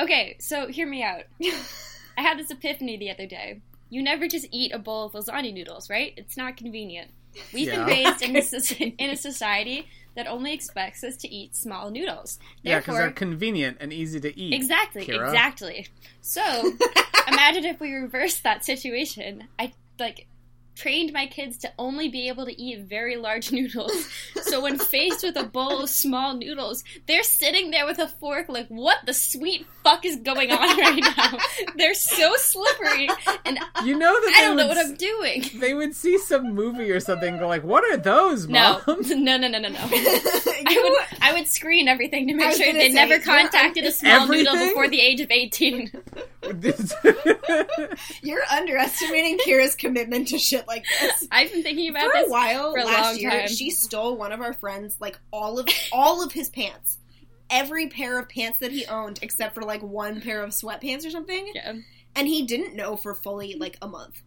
Speaker 2: Okay, so hear me out. [LAUGHS] I had this epiphany the other day. You never just eat a bowl of lasagna noodles, right? It's not convenient. We've
Speaker 1: Yeah.
Speaker 2: been
Speaker 1: [LAUGHS]
Speaker 2: raised in a, soci- in a society that only expects us to eat small noodles.
Speaker 1: Yeah, because
Speaker 2: Therefore,
Speaker 1: they're convenient and easy to eat.
Speaker 2: exactly,
Speaker 1: Kira.
Speaker 2: exactly.
Speaker 3: [LAUGHS]
Speaker 2: So imagine if we reversed that situation. I like trained my kids to only be able to eat very large [LAUGHS] noodles. So when faced with a bowl of small noodles, they're sitting there with a fork like, "What the sweet fuck is going on
Speaker 3: [LAUGHS]
Speaker 2: right now?" they're so slippery, and
Speaker 1: You know that
Speaker 2: I
Speaker 1: they
Speaker 2: don't
Speaker 1: would,
Speaker 2: know what I'm doing.
Speaker 1: s- They would see some movie or something and go like, "What are those,
Speaker 2: No,
Speaker 1: mom?" [LAUGHS]
Speaker 2: no, no, no, no, no. I
Speaker 3: You-
Speaker 2: would, I would screen everything to
Speaker 3: I
Speaker 2: make
Speaker 3: was
Speaker 2: sure
Speaker 3: gonna
Speaker 2: they
Speaker 3: say,
Speaker 2: never
Speaker 3: you're-
Speaker 2: contacted a small noodle
Speaker 1: Everything?
Speaker 2: before the age of 18.
Speaker 3: You're underestimating Kira's commitment to shit like this.
Speaker 2: I've been thinking about
Speaker 3: For a
Speaker 2: this.
Speaker 3: while
Speaker 2: for a long
Speaker 3: last year,
Speaker 2: time.
Speaker 3: she stole one of our friends like all of all of his pants. Every pair of pants that he owned except for like one pair of sweatpants or something.
Speaker 2: Yeah.
Speaker 3: And he didn't know for fully like a month.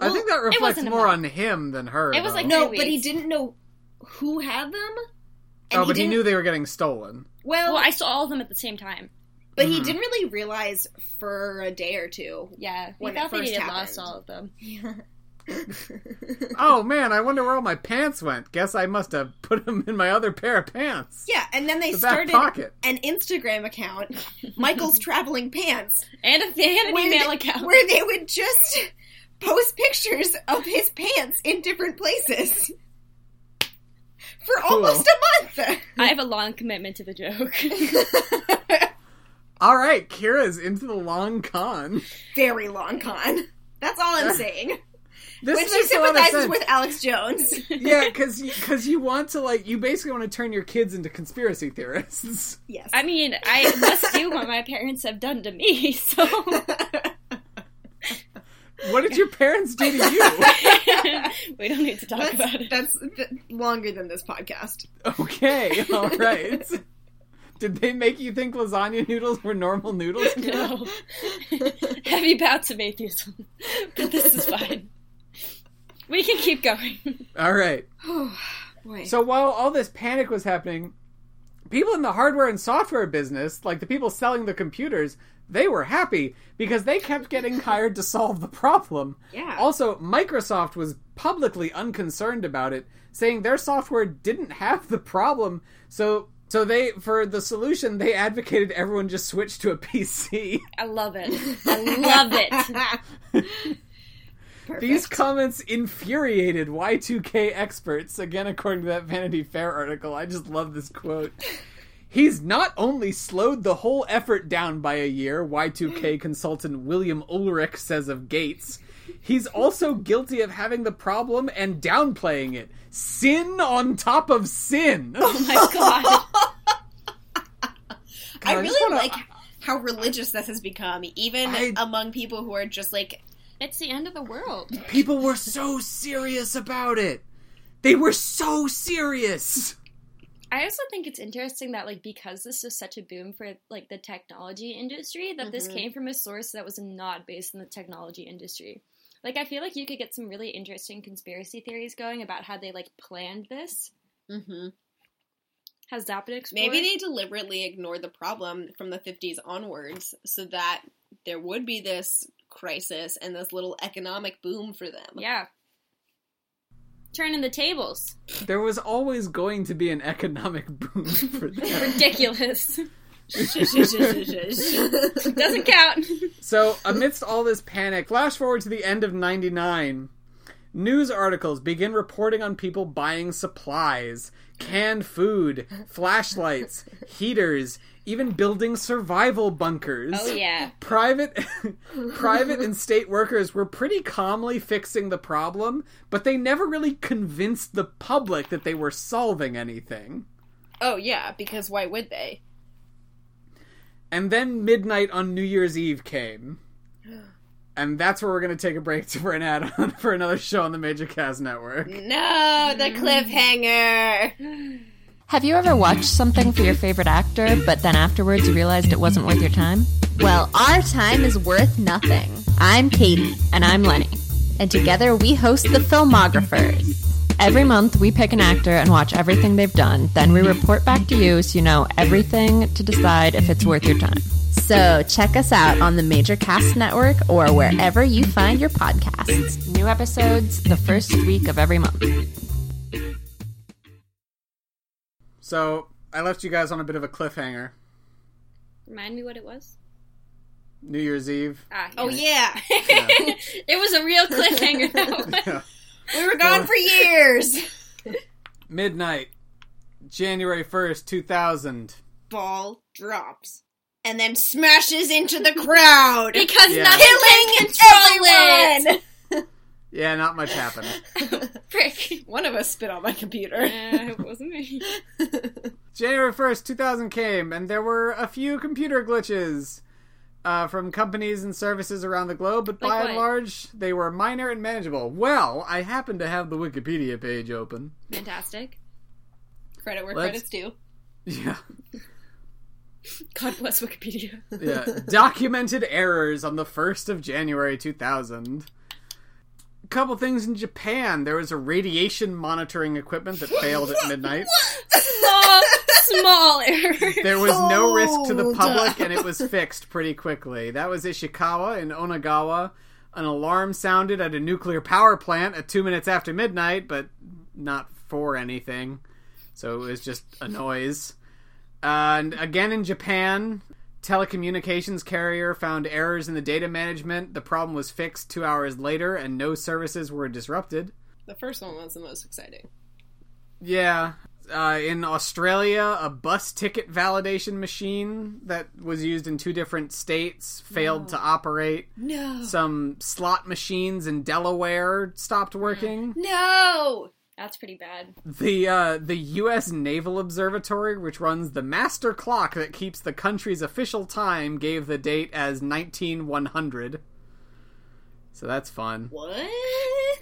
Speaker 1: I think that reflects
Speaker 2: wasn't a
Speaker 1: more
Speaker 2: mom.
Speaker 1: on him than her.
Speaker 2: It was
Speaker 1: though.
Speaker 2: like-
Speaker 3: No,
Speaker 2: Three
Speaker 3: but he
Speaker 2: weeks.
Speaker 3: didn't know who had them.
Speaker 1: oh, but he
Speaker 3: didn't-
Speaker 1: knew they were getting stolen.
Speaker 3: Well,
Speaker 2: Well, I saw all of them at the same time.
Speaker 3: but he
Speaker 1: Mhm.
Speaker 3: didn't really realize for a day
Speaker 2: [LAUGHS]
Speaker 3: or two.
Speaker 2: Yeah, we
Speaker 3: When it
Speaker 2: thought they
Speaker 3: first
Speaker 2: had
Speaker 3: happened.
Speaker 2: lost all of them.
Speaker 1: Oh man, I wonder where all my pants went. Guess I must have [LAUGHS] put them in my other pair of pants.
Speaker 3: yeah, and then they
Speaker 1: the back
Speaker 3: started
Speaker 1: pocket.
Speaker 3: an Instagram account,
Speaker 2: [LAUGHS]
Speaker 3: Michael's Traveling Pants,
Speaker 2: And if they had an
Speaker 3: Where
Speaker 2: email
Speaker 3: they-
Speaker 2: account.
Speaker 3: where they would just post pictures of his pants in different places for
Speaker 1: Cool.
Speaker 3: almost a
Speaker 2: I have a long commitment to the joke. [LAUGHS]
Speaker 3: month. [LAUGHS]
Speaker 1: All right, Kira's into the long con. [LAUGHS]
Speaker 3: Very long con. That's all I'm saying.
Speaker 1: This
Speaker 3: Which she
Speaker 1: makes a lot of
Speaker 3: sympathizes
Speaker 1: sense.
Speaker 3: with Alex
Speaker 1: [LAUGHS]
Speaker 3: Jones.
Speaker 1: yeah, because because you want to like you basically want to turn your kids into conspiracy theorists. [LAUGHS]
Speaker 3: Yes. [LAUGHS]
Speaker 2: I mean, I must do what my parents have done to me, [LAUGHS] so.
Speaker 1: What did your parents do to you?
Speaker 2: [LAUGHS] we don't need to talk
Speaker 3: that's,
Speaker 2: about it.
Speaker 3: that's th- longer than
Speaker 1: [LAUGHS]
Speaker 3: this podcast.
Speaker 1: Okay, all right. Did they make you think lasagna noodles were normal noodles?
Speaker 2: No. Heavy bouts of atheism. But this is fine. We can keep going.
Speaker 1: All right.
Speaker 3: Oh, Boy. [LAUGHS]
Speaker 1: So while all this panic was happening, people in the hardware and software business, like the people selling the computers, they were happy because they kept getting hired to solve the problem.
Speaker 3: Yeah.
Speaker 1: Also, Microsoft was publicly unconcerned about it, saying their software didn't have the problem, so so they for the solution they advocated everyone just switch to a [LAUGHS] PC.
Speaker 2: I love it. I love it.
Speaker 3: Perfect.
Speaker 1: These comments infuriated Y2K experts, again, according to that Vanity Fair article. I just love this quote. He's not only slowed the whole effort down by a year,
Speaker 2: Mm.
Speaker 1: Y2K consultant William Ulrich says of Gates, he's also guilty of having the problem and downplaying it. Sin on top of sin.
Speaker 2: Oh [LAUGHS] my god.
Speaker 3: I
Speaker 1: I just
Speaker 3: really
Speaker 1: wanna-
Speaker 3: like how religious this has become, even
Speaker 1: I-
Speaker 3: among people who are just like,
Speaker 2: It's the end of the world.
Speaker 1: People were so serious about it. They were so serious.
Speaker 2: I also think it's interesting that like because this is such a boom for like the technology industry that this
Speaker 3: Mhm.
Speaker 2: came from a source that was not based in the technology industry. Like I feel like you could get some really interesting conspiracy theories going about how they like planned this.
Speaker 3: mm-hmm.
Speaker 2: Has that been explored?
Speaker 3: maybe they deliberately ignored the problem from the 50s onwards so that there would be this crisis and this little economic boom for them.
Speaker 2: Yeah. Turning the tables.
Speaker 1: There was always going to be an economic boom for
Speaker 2: [LAUGHS]
Speaker 1: them.
Speaker 2: Ridiculous.
Speaker 3: [LAUGHS]
Speaker 2: Doesn't
Speaker 3: [LAUGHS]
Speaker 2: count.
Speaker 1: So, amidst all this panic, flash forward to the end of 99. News articles begin reporting on people buying supplies, canned food, flashlights, heaters, even building survival bunkers.
Speaker 2: Oh yeah.
Speaker 1: Private [LAUGHS] private and state workers were pretty calmly fixing the problem, but they never really convinced the public that they were solving anything.
Speaker 3: oh, yeah, because why would they?
Speaker 1: And then midnight on New Year's Eve came. And that's where we're going to take a break to- for an ad on [LAUGHS] for another show on the Major Cast Network.
Speaker 3: No, the cliffhanger!
Speaker 4: Have you ever watched something for your favorite actor, but then afterwards realized it wasn't worth your time?
Speaker 5: Well, our time is worth nothing.
Speaker 4: I'm Katie.
Speaker 5: And I'm Lenny.
Speaker 4: And
Speaker 5: Together we host the Filmographers,
Speaker 4: Every month, we pick an actor and watch everything they've done. Then we report back to you so you know everything to decide if it's worth your time.
Speaker 5: So check us out on the Major Cast Network or wherever you find your podcasts.
Speaker 4: New episodes the first week of every month.
Speaker 1: So I left you guys on a bit of a cliffhanger.
Speaker 2: Remind me what it was.
Speaker 1: New Year's
Speaker 2: [LAUGHS]
Speaker 1: Eve. [LAUGHS]
Speaker 2: Ah,
Speaker 3: Oh
Speaker 2: yeah.
Speaker 3: yeah,
Speaker 2: [LAUGHS] it was a real cliffhanger
Speaker 3: [LAUGHS]
Speaker 2: though.
Speaker 1: Yeah.
Speaker 3: we were gone for years.
Speaker 1: Midnight, January 1st, 2000.
Speaker 3: [LAUGHS] Ball drops and then smashes into the crowd,
Speaker 2: because
Speaker 1: Yeah.
Speaker 3: [LAUGHS]
Speaker 2: nothing
Speaker 3: killing
Speaker 2: can control it.
Speaker 3: everyone.
Speaker 1: Yeah, not much happened.
Speaker 2: [LAUGHS]
Speaker 3: [LAUGHS]
Speaker 2: Prick.
Speaker 3: One of us spit on my computer.
Speaker 2: Uh, it wasn't [LAUGHS] me.
Speaker 1: January 1st, 2000 came, and there were a few computer glitches uh, from companies and services around the globe, but by
Speaker 2: Like
Speaker 1: and
Speaker 2: what?
Speaker 1: large, they were minor and manageable. Well, I happen to have the Wikipedia page open.
Speaker 2: Fantastic.
Speaker 3: Credit where
Speaker 1: Let's-
Speaker 3: credit's due.
Speaker 1: Yeah.
Speaker 2: God bless Wikipedia.
Speaker 1: Yeah. Documented errors on the 1st of January 2000. A couple things in Japan. There was a radiation monitoring equipment that failed at midnight.
Speaker 2: Small, small error.
Speaker 1: [LAUGHS] There was no risk to the
Speaker 3: Sold.
Speaker 1: public, and it was fixed pretty quickly. That was Ishikawa in Onagawa. An alarm sounded at a nuclear power plant at two minutes after midnight, but not for anything. So it was just a noise. And again in Japan, telecommunications carrier found errors in the data management. The problem was fixed two hours later, and no services were disrupted.
Speaker 6: The first one was the most exciting.
Speaker 1: Yeah. Uh, in Australia, a bus ticket validation machine that was used in two different states failed to operate.
Speaker 3: No,
Speaker 1: Some slot machines in Delaware stopped working.
Speaker 3: no.
Speaker 2: That's pretty bad.
Speaker 1: The uh, the U.S. Naval Observatory, which runs the master clock that keeps the country's official time, gave the date as 19100. So that's fun.
Speaker 3: What?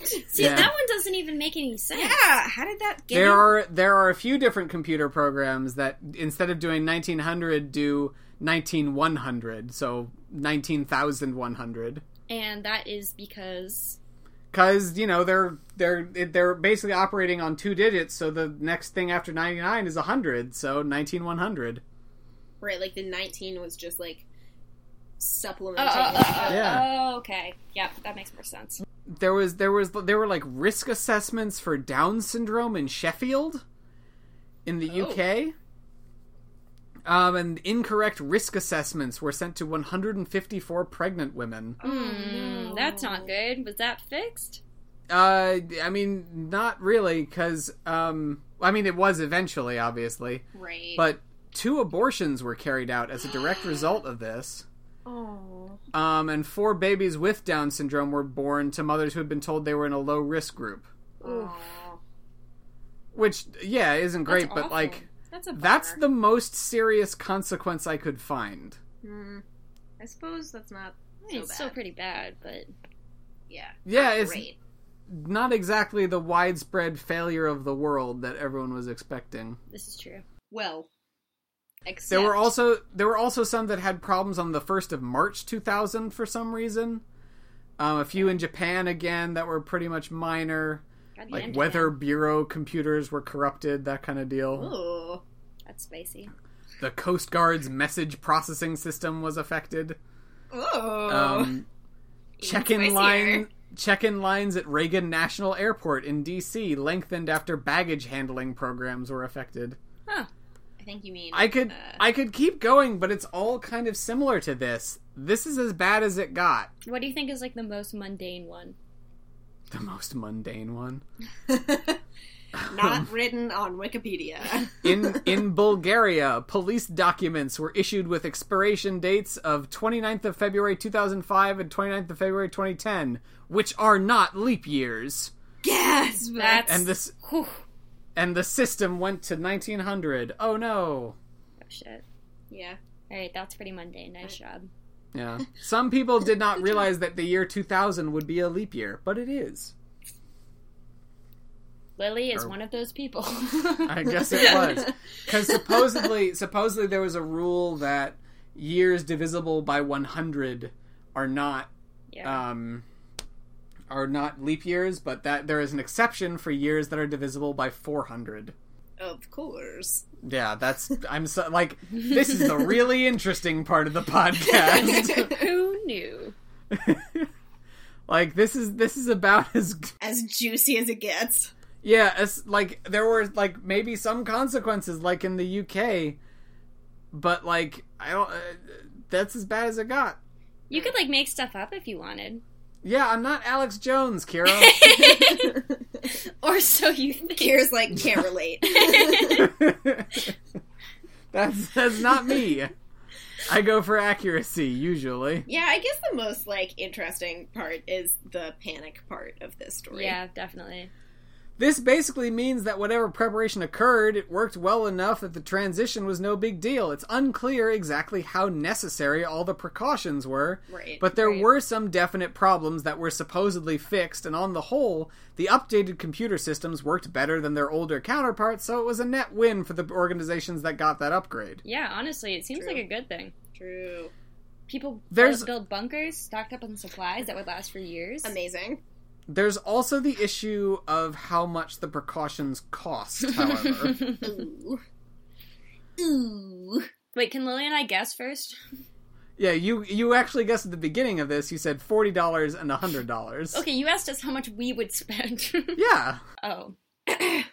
Speaker 2: See,
Speaker 1: Yeah.
Speaker 2: that one doesn't even make any sense.
Speaker 3: Yeah, how did that get?
Speaker 1: there
Speaker 3: in?
Speaker 1: are there are a few different computer programs that instead of doing 1900 do 19100 so 19100
Speaker 2: And that is because
Speaker 1: cuz you know they're they're it- they're basically operating on two digits so the next thing after 99 is 100 so 19100
Speaker 6: Right, like the 19 was just like
Speaker 2: oh,
Speaker 6: supplementing.
Speaker 2: oh, oh, oh,
Speaker 1: Yeah.
Speaker 2: oh, okay, yeah, that makes more sense.
Speaker 1: there was there was there were like risk assessments for down syndrome in Sheffield in the UK um, and incorrect risk assessments were sent to 154 pregnant women.
Speaker 2: Hmm, That's not good. Was that fixed?
Speaker 1: Uh, I mean, not really, because um, I mean, it was eventually, obviously,
Speaker 6: Right.
Speaker 1: but two abortions were carried out as a direct result of this. Oh. Um, and four babies with Down syndrome were born to mothers who had been told they were in a low risk group. Which, yeah, isn't great,
Speaker 2: That's
Speaker 1: but
Speaker 2: awful.
Speaker 1: like,
Speaker 2: that's a
Speaker 1: that's
Speaker 2: bummer.
Speaker 1: the most serious consequence I could find.
Speaker 2: Hmm.
Speaker 6: I suppose that's not
Speaker 2: I mean, it's still pretty bad, but
Speaker 6: yeah.
Speaker 1: Yeah, it's
Speaker 6: Great.
Speaker 1: not exactly the widespread failure of the world that everyone was expecting.
Speaker 2: this is true.
Speaker 6: Well, except
Speaker 1: There were also there were also some that had problems on the first of March 2000 for some reason. Um, a few in Japan again that were pretty much minor,
Speaker 2: God
Speaker 1: like
Speaker 2: damn,
Speaker 1: Weather Bureau computers were corrupted, that kind of deal.
Speaker 6: Ooh.
Speaker 2: damn, That's spicy.
Speaker 1: The Coast Guard's message processing system was affected.
Speaker 6: Ooh.
Speaker 1: Um, check-in
Speaker 6: spicier.
Speaker 1: line check-in lines at Reagan National Airport in D.C. lengthened after baggage handling programs were affected.
Speaker 6: I think you mean
Speaker 1: I could I could keep going, but it's all kind of similar to this. This is as bad as it got.
Speaker 2: What do you think is like the most mundane one?
Speaker 1: The most mundane one.
Speaker 6: not written on
Speaker 3: [LAUGHS]
Speaker 6: Wikipedia.
Speaker 1: In in Bulgaria, police documents were issued with expiration dates of 29th of February 2005 and 29th of February 2010, which are not leap years.
Speaker 6: yes,
Speaker 2: That's
Speaker 1: And this
Speaker 2: Whew.
Speaker 1: and the system went to 1900. Oh no.
Speaker 2: Oh, shit.
Speaker 6: yeah.
Speaker 2: All right, that's pretty mundane. Nice job.
Speaker 1: Yeah. Some people did not realize that the year 2000 would be a leap year, but it is.
Speaker 2: Lily is
Speaker 1: Or-
Speaker 2: one of
Speaker 1: [LAUGHS]
Speaker 2: those people.
Speaker 1: I guess it was because supposedly, supposedly there was a rule that years divisible by 100 are not
Speaker 2: yeah.
Speaker 1: um, are not leap years, but that there is an exception for years that are divisible by 400.
Speaker 6: Of course.
Speaker 1: Yeah, that's I'm so like this is the really interesting part of the podcast.
Speaker 3: [LAUGHS]
Speaker 2: Who knew?
Speaker 1: like this is this is about as
Speaker 6: As juicy as it gets.
Speaker 1: yeah, as like there were like maybe some consequences like in the UK, but like I don't uh, that's as bad as it got.
Speaker 2: You could like make stuff up if you wanted,
Speaker 1: Yeah, I'm not Alex Jones, Kira.
Speaker 2: or so you think.
Speaker 3: Kira's like can't relate.
Speaker 1: that's that's not me. I go for accuracy usually.
Speaker 3: yeah, I guess the most like interesting part is the panic part of this story.
Speaker 2: Yeah, definitely.
Speaker 1: This basically means that whatever preparation occurred, it worked well enough that the transition was no big deal. It's unclear exactly how necessary all the precautions were,
Speaker 3: Right,
Speaker 1: but there were some definite problems that were supposedly fixed, and on the whole, the updated computer systems worked better than their older counterparts, so it was a net win for the organizations that got that upgrade.
Speaker 2: Yeah, honestly, it seems
Speaker 3: True.
Speaker 2: like a good thing.
Speaker 3: True.
Speaker 2: People
Speaker 1: There's-
Speaker 2: built build bunkers stocked up on supplies that would last for years.
Speaker 3: Amazing.
Speaker 1: There's also the issue of how much the precautions cost, however.
Speaker 3: Ooh.
Speaker 2: Ooh. Wait, can Lily and I guess first?
Speaker 1: yeah, you you actually guessed at the beginning of this, you said $40 and $100.
Speaker 2: Okay, you asked us how much we would spend. [LAUGHS]
Speaker 1: Yeah.
Speaker 2: oh.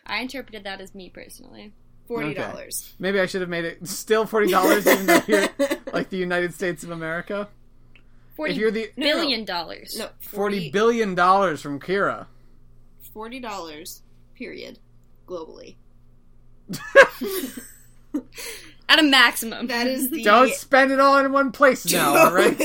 Speaker 2: I interpreted that as me personally.
Speaker 3: Forty dollars.
Speaker 1: Maybe I should have made it still forty dollars, even though you're like the United States of America.
Speaker 2: Forty
Speaker 1: If you're the
Speaker 2: billion dollars.
Speaker 3: No,
Speaker 1: forty billion dollars from Kira,
Speaker 3: forty dollars. Period. Globally.
Speaker 2: At a maximum.
Speaker 3: That [LAUGHS] is the
Speaker 1: don't spend it all in one place now. All [LAUGHS] right?
Speaker 3: [LAUGHS]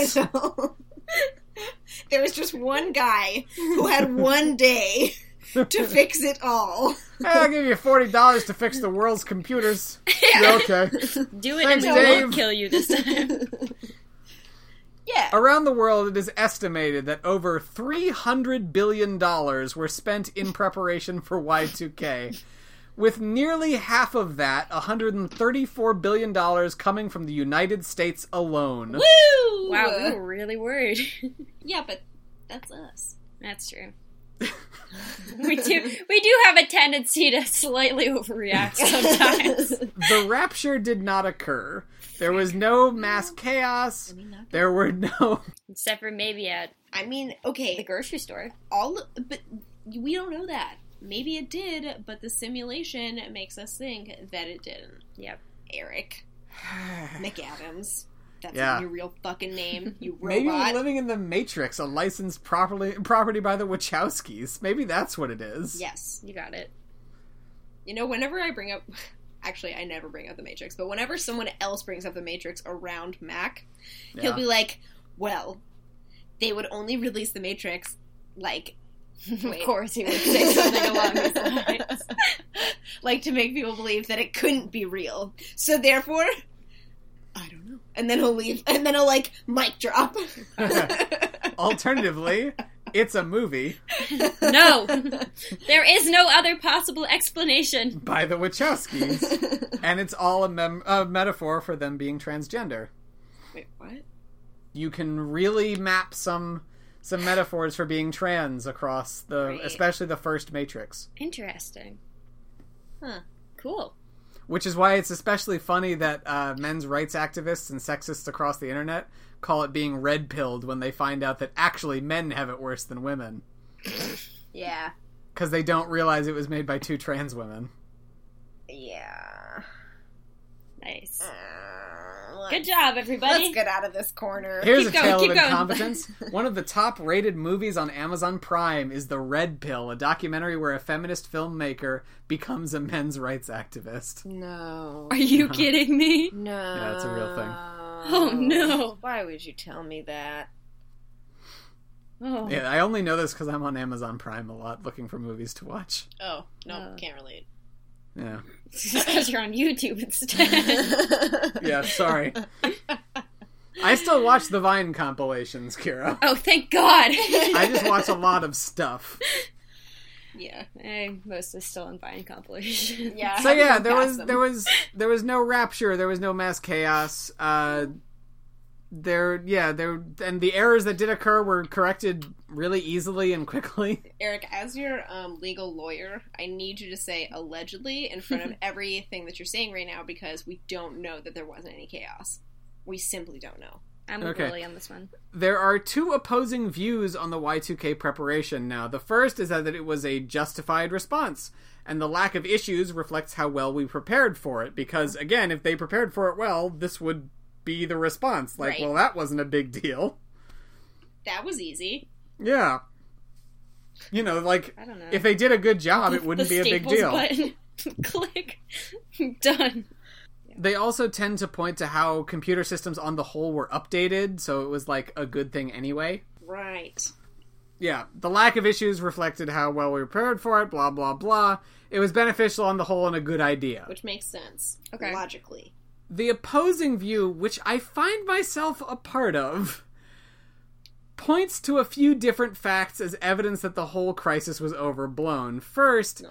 Speaker 3: there was just one guy
Speaker 1: [LAUGHS]
Speaker 3: who had one day to fix it [LAUGHS] all.
Speaker 1: Hey, I'll give you forty dollars to fix the world's computers. You're okay.
Speaker 2: Do it
Speaker 1: Thanks,
Speaker 2: and we
Speaker 1: Dave.
Speaker 2: won't kill you this [LAUGHS] time.
Speaker 3: Yeah.
Speaker 1: Around the world, it is estimated that over three hundred billion dollars were spent in preparation for Y two K. With nearly half of that, $134 billion coming from the United States alone.
Speaker 3: Woo!
Speaker 2: wow, we were really worried. [LAUGHS]
Speaker 3: Yeah, but that's us.
Speaker 2: That's
Speaker 3: [LAUGHS]
Speaker 2: true. we do we do have a tendency to slightly
Speaker 3: [LAUGHS]
Speaker 2: overreact sometimes.
Speaker 1: the rapture did not occur. There was no mass chaos. There were no.
Speaker 2: Except for maybe at
Speaker 3: I mean,
Speaker 2: the
Speaker 3: okay,
Speaker 2: grocery store.
Speaker 3: all but we don't know that. Maybe it did, but the simulation makes us think that it didn't.
Speaker 2: Yep. [SIGHS]
Speaker 3: Eric McAdams. That's
Speaker 1: Yeah.
Speaker 3: your real
Speaker 2: [LAUGHS]
Speaker 3: fucking name, you
Speaker 1: Maybe we're
Speaker 3: robot.
Speaker 1: living in the Matrix, a licensed properly property by the Wachowskis. Maybe that's what it is.
Speaker 3: yes.
Speaker 2: You got it.
Speaker 3: You know, whenever I bring up [LAUGHS] actually I never bring up the Matrix, but whenever someone else brings up the Matrix around Mac,
Speaker 1: Yeah.
Speaker 3: he'll
Speaker 1: [LAUGHS]
Speaker 3: be like, Well, they would only release the Matrix like
Speaker 2: Of course he would say something
Speaker 3: [LAUGHS]
Speaker 2: along these lines.
Speaker 3: like to make people believe that it couldn't be real. So therefore, I don't know. And then he'll leave, and then he'll like mic [LAUGHS] drop. [LAUGHS]
Speaker 1: Alternatively, it's a movie
Speaker 2: [LAUGHS] No. there is no other possible explanation.
Speaker 1: by the Wachowskis, and it's all a, mem- a metaphor for them being transgender.
Speaker 3: Wait, what?
Speaker 1: You can really map some some metaphors for being trans across the, especially the first Matrix.
Speaker 2: Interesting.
Speaker 3: Huh.
Speaker 2: Cool.
Speaker 1: Which is why it's especially funny that uh, men's rights activists and sexists across the internet call it being red pilled when they find out that actually men have it worse than women.
Speaker 3: Yeah,
Speaker 1: Because they don't realize it was made by two trans women.
Speaker 3: yeah.
Speaker 2: Nice.
Speaker 3: Uh,
Speaker 2: Good job, everybody.
Speaker 3: Let's get out of this corner.
Speaker 1: Here's a
Speaker 2: Keep going,
Speaker 1: tale
Speaker 2: keep
Speaker 1: of
Speaker 2: going.
Speaker 1: incompetence.
Speaker 2: [LAUGHS]
Speaker 1: One of the top rated movies on Amazon Prime is The Red Pill, a documentary where a feminist filmmaker becomes a men's rights activist.
Speaker 3: No,
Speaker 2: Are you
Speaker 1: Uh-huh.
Speaker 2: kidding
Speaker 3: [LAUGHS]
Speaker 2: me?
Speaker 3: no.
Speaker 1: Yeah, it's a real
Speaker 3: [LAUGHS]
Speaker 1: thing.
Speaker 2: Oh, no.
Speaker 3: Why would you tell me that?
Speaker 2: Oh. [LAUGHS]
Speaker 1: Yeah, I only know this because I'm on Amazon Prime a lot looking for movies to watch.
Speaker 3: Oh no,
Speaker 2: Uh.
Speaker 3: can't [LAUGHS] relate.
Speaker 1: Yeah.
Speaker 2: because you're on YouTube instead. [LAUGHS]
Speaker 1: Yeah, sorry. I still watch the Vine compilations, Kira.
Speaker 2: oh, thank
Speaker 3: [LAUGHS]
Speaker 2: God. [LAUGHS]
Speaker 1: I just watch a lot of stuff.
Speaker 3: yeah,
Speaker 2: I'm mostly still in Vine compilation.
Speaker 3: yeah. I
Speaker 1: So
Speaker 3: haven't
Speaker 1: yeah,
Speaker 3: gone
Speaker 1: there
Speaker 3: past
Speaker 1: was
Speaker 3: them.
Speaker 1: there was there was no rapture, there was no mass chaos. Uh there yeah there and the errors that did occur were corrected really easily and quickly
Speaker 6: Eric, as your um, legal lawyer, I need you to say allegedly in
Speaker 2: [LAUGHS]
Speaker 6: front of everything that you're saying right now because we don't know that there wasn't any chaos. We simply don't know.
Speaker 2: [LAUGHS] I'm
Speaker 1: Okay.
Speaker 2: okay. Lily on this one.
Speaker 1: there are two opposing views on the Y2K preparation now. The first is that it was a justified response, and the lack of issues reflects how well we prepared for it, because, again, if they prepared for it well, this would be the response. Like,
Speaker 6: Right.
Speaker 1: well, that wasn't a big deal.
Speaker 6: That was easy.
Speaker 1: Yeah. You know, like,
Speaker 2: I don't know.
Speaker 1: if they did a good job, it wouldn't
Speaker 2: the
Speaker 1: be a big
Speaker 2: staples
Speaker 1: deal.
Speaker 2: Button. [LAUGHS] Click. Done.
Speaker 1: They also tend to point to how computer systems on the whole were updated, so it was, like, a good thing anyway.
Speaker 6: Right.
Speaker 1: yeah, the lack of issues reflected how well we prepared for it, blah, blah, blah. It was beneficial on the whole and a good idea.
Speaker 6: Which makes sense.
Speaker 2: Okay.
Speaker 6: Logically.
Speaker 1: The opposing view, which I find myself a part of, points to a few different facts as evidence that the whole crisis was overblown. First,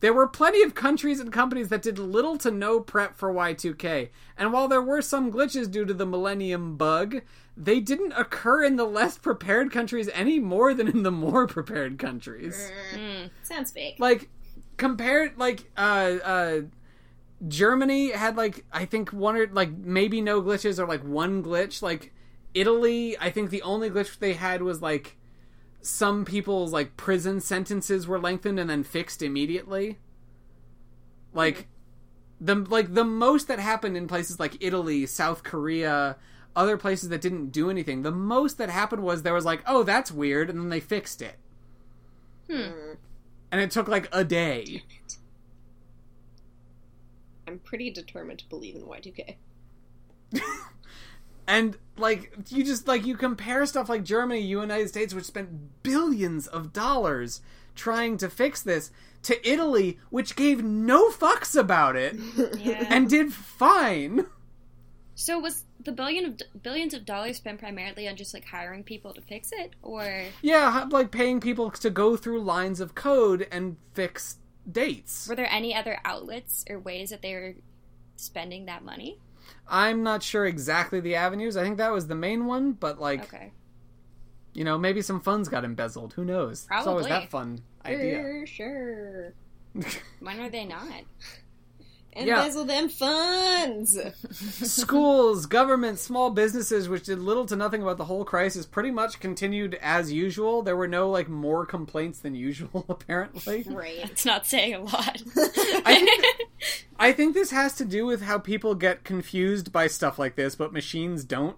Speaker 1: there were plenty of countries and companies that did little to no prep for Y2K, and while there were some glitches due to the Millennium Bug, they didn't occur in the less prepared countries any more than in the more prepared countries
Speaker 6: Mm. Sounds fake.
Speaker 1: like compared like uh uh Germany had like I think one or like maybe no glitches or like one glitch like Italy I think the only glitch they had was like some people's like prison sentences were lengthened and then fixed immediately like the like the most that happened in places like Italy, South Korea, other places that didn't do anything. The most that happened was there was like, "Oh, that's weird," and then they fixed it. And it took like a day.
Speaker 6: I'm pretty determined to believe in Y2K.
Speaker 1: And like you just like you compare stuff like Germany, United States, which spent billions of dollars trying to fix this, to Italy, which gave no fucks about
Speaker 2: [LAUGHS]
Speaker 1: it
Speaker 2: Yeah.
Speaker 1: and did fine.
Speaker 2: so was the billion of billions of dollars spent primarily on just like hiring people to fix it, or
Speaker 1: Yeah, like paying people to go through lines of code and fix dates.
Speaker 2: were there any other outlets or ways that they were spending that money?
Speaker 1: I'm not sure exactly the avenues. I think that was the main one, but like
Speaker 2: Okay.
Speaker 1: you know, maybe some funds got embezzled. Who knows? It's always
Speaker 2: Probably.
Speaker 1: that fun idea.
Speaker 6: For sure.
Speaker 2: When are they not?
Speaker 6: Embezzle them
Speaker 2: [LAUGHS]
Speaker 6: funds.
Speaker 1: schools, government, small businesses, which did little to nothing about the whole crisis, pretty much continued as usual. There were no like more complaints than usual, [LAUGHS] apparently.
Speaker 6: Right.
Speaker 2: It's not saying a
Speaker 1: [LAUGHS]
Speaker 2: lot.
Speaker 1: I think this has to do with how people get confused by stuff like this, but machines don't.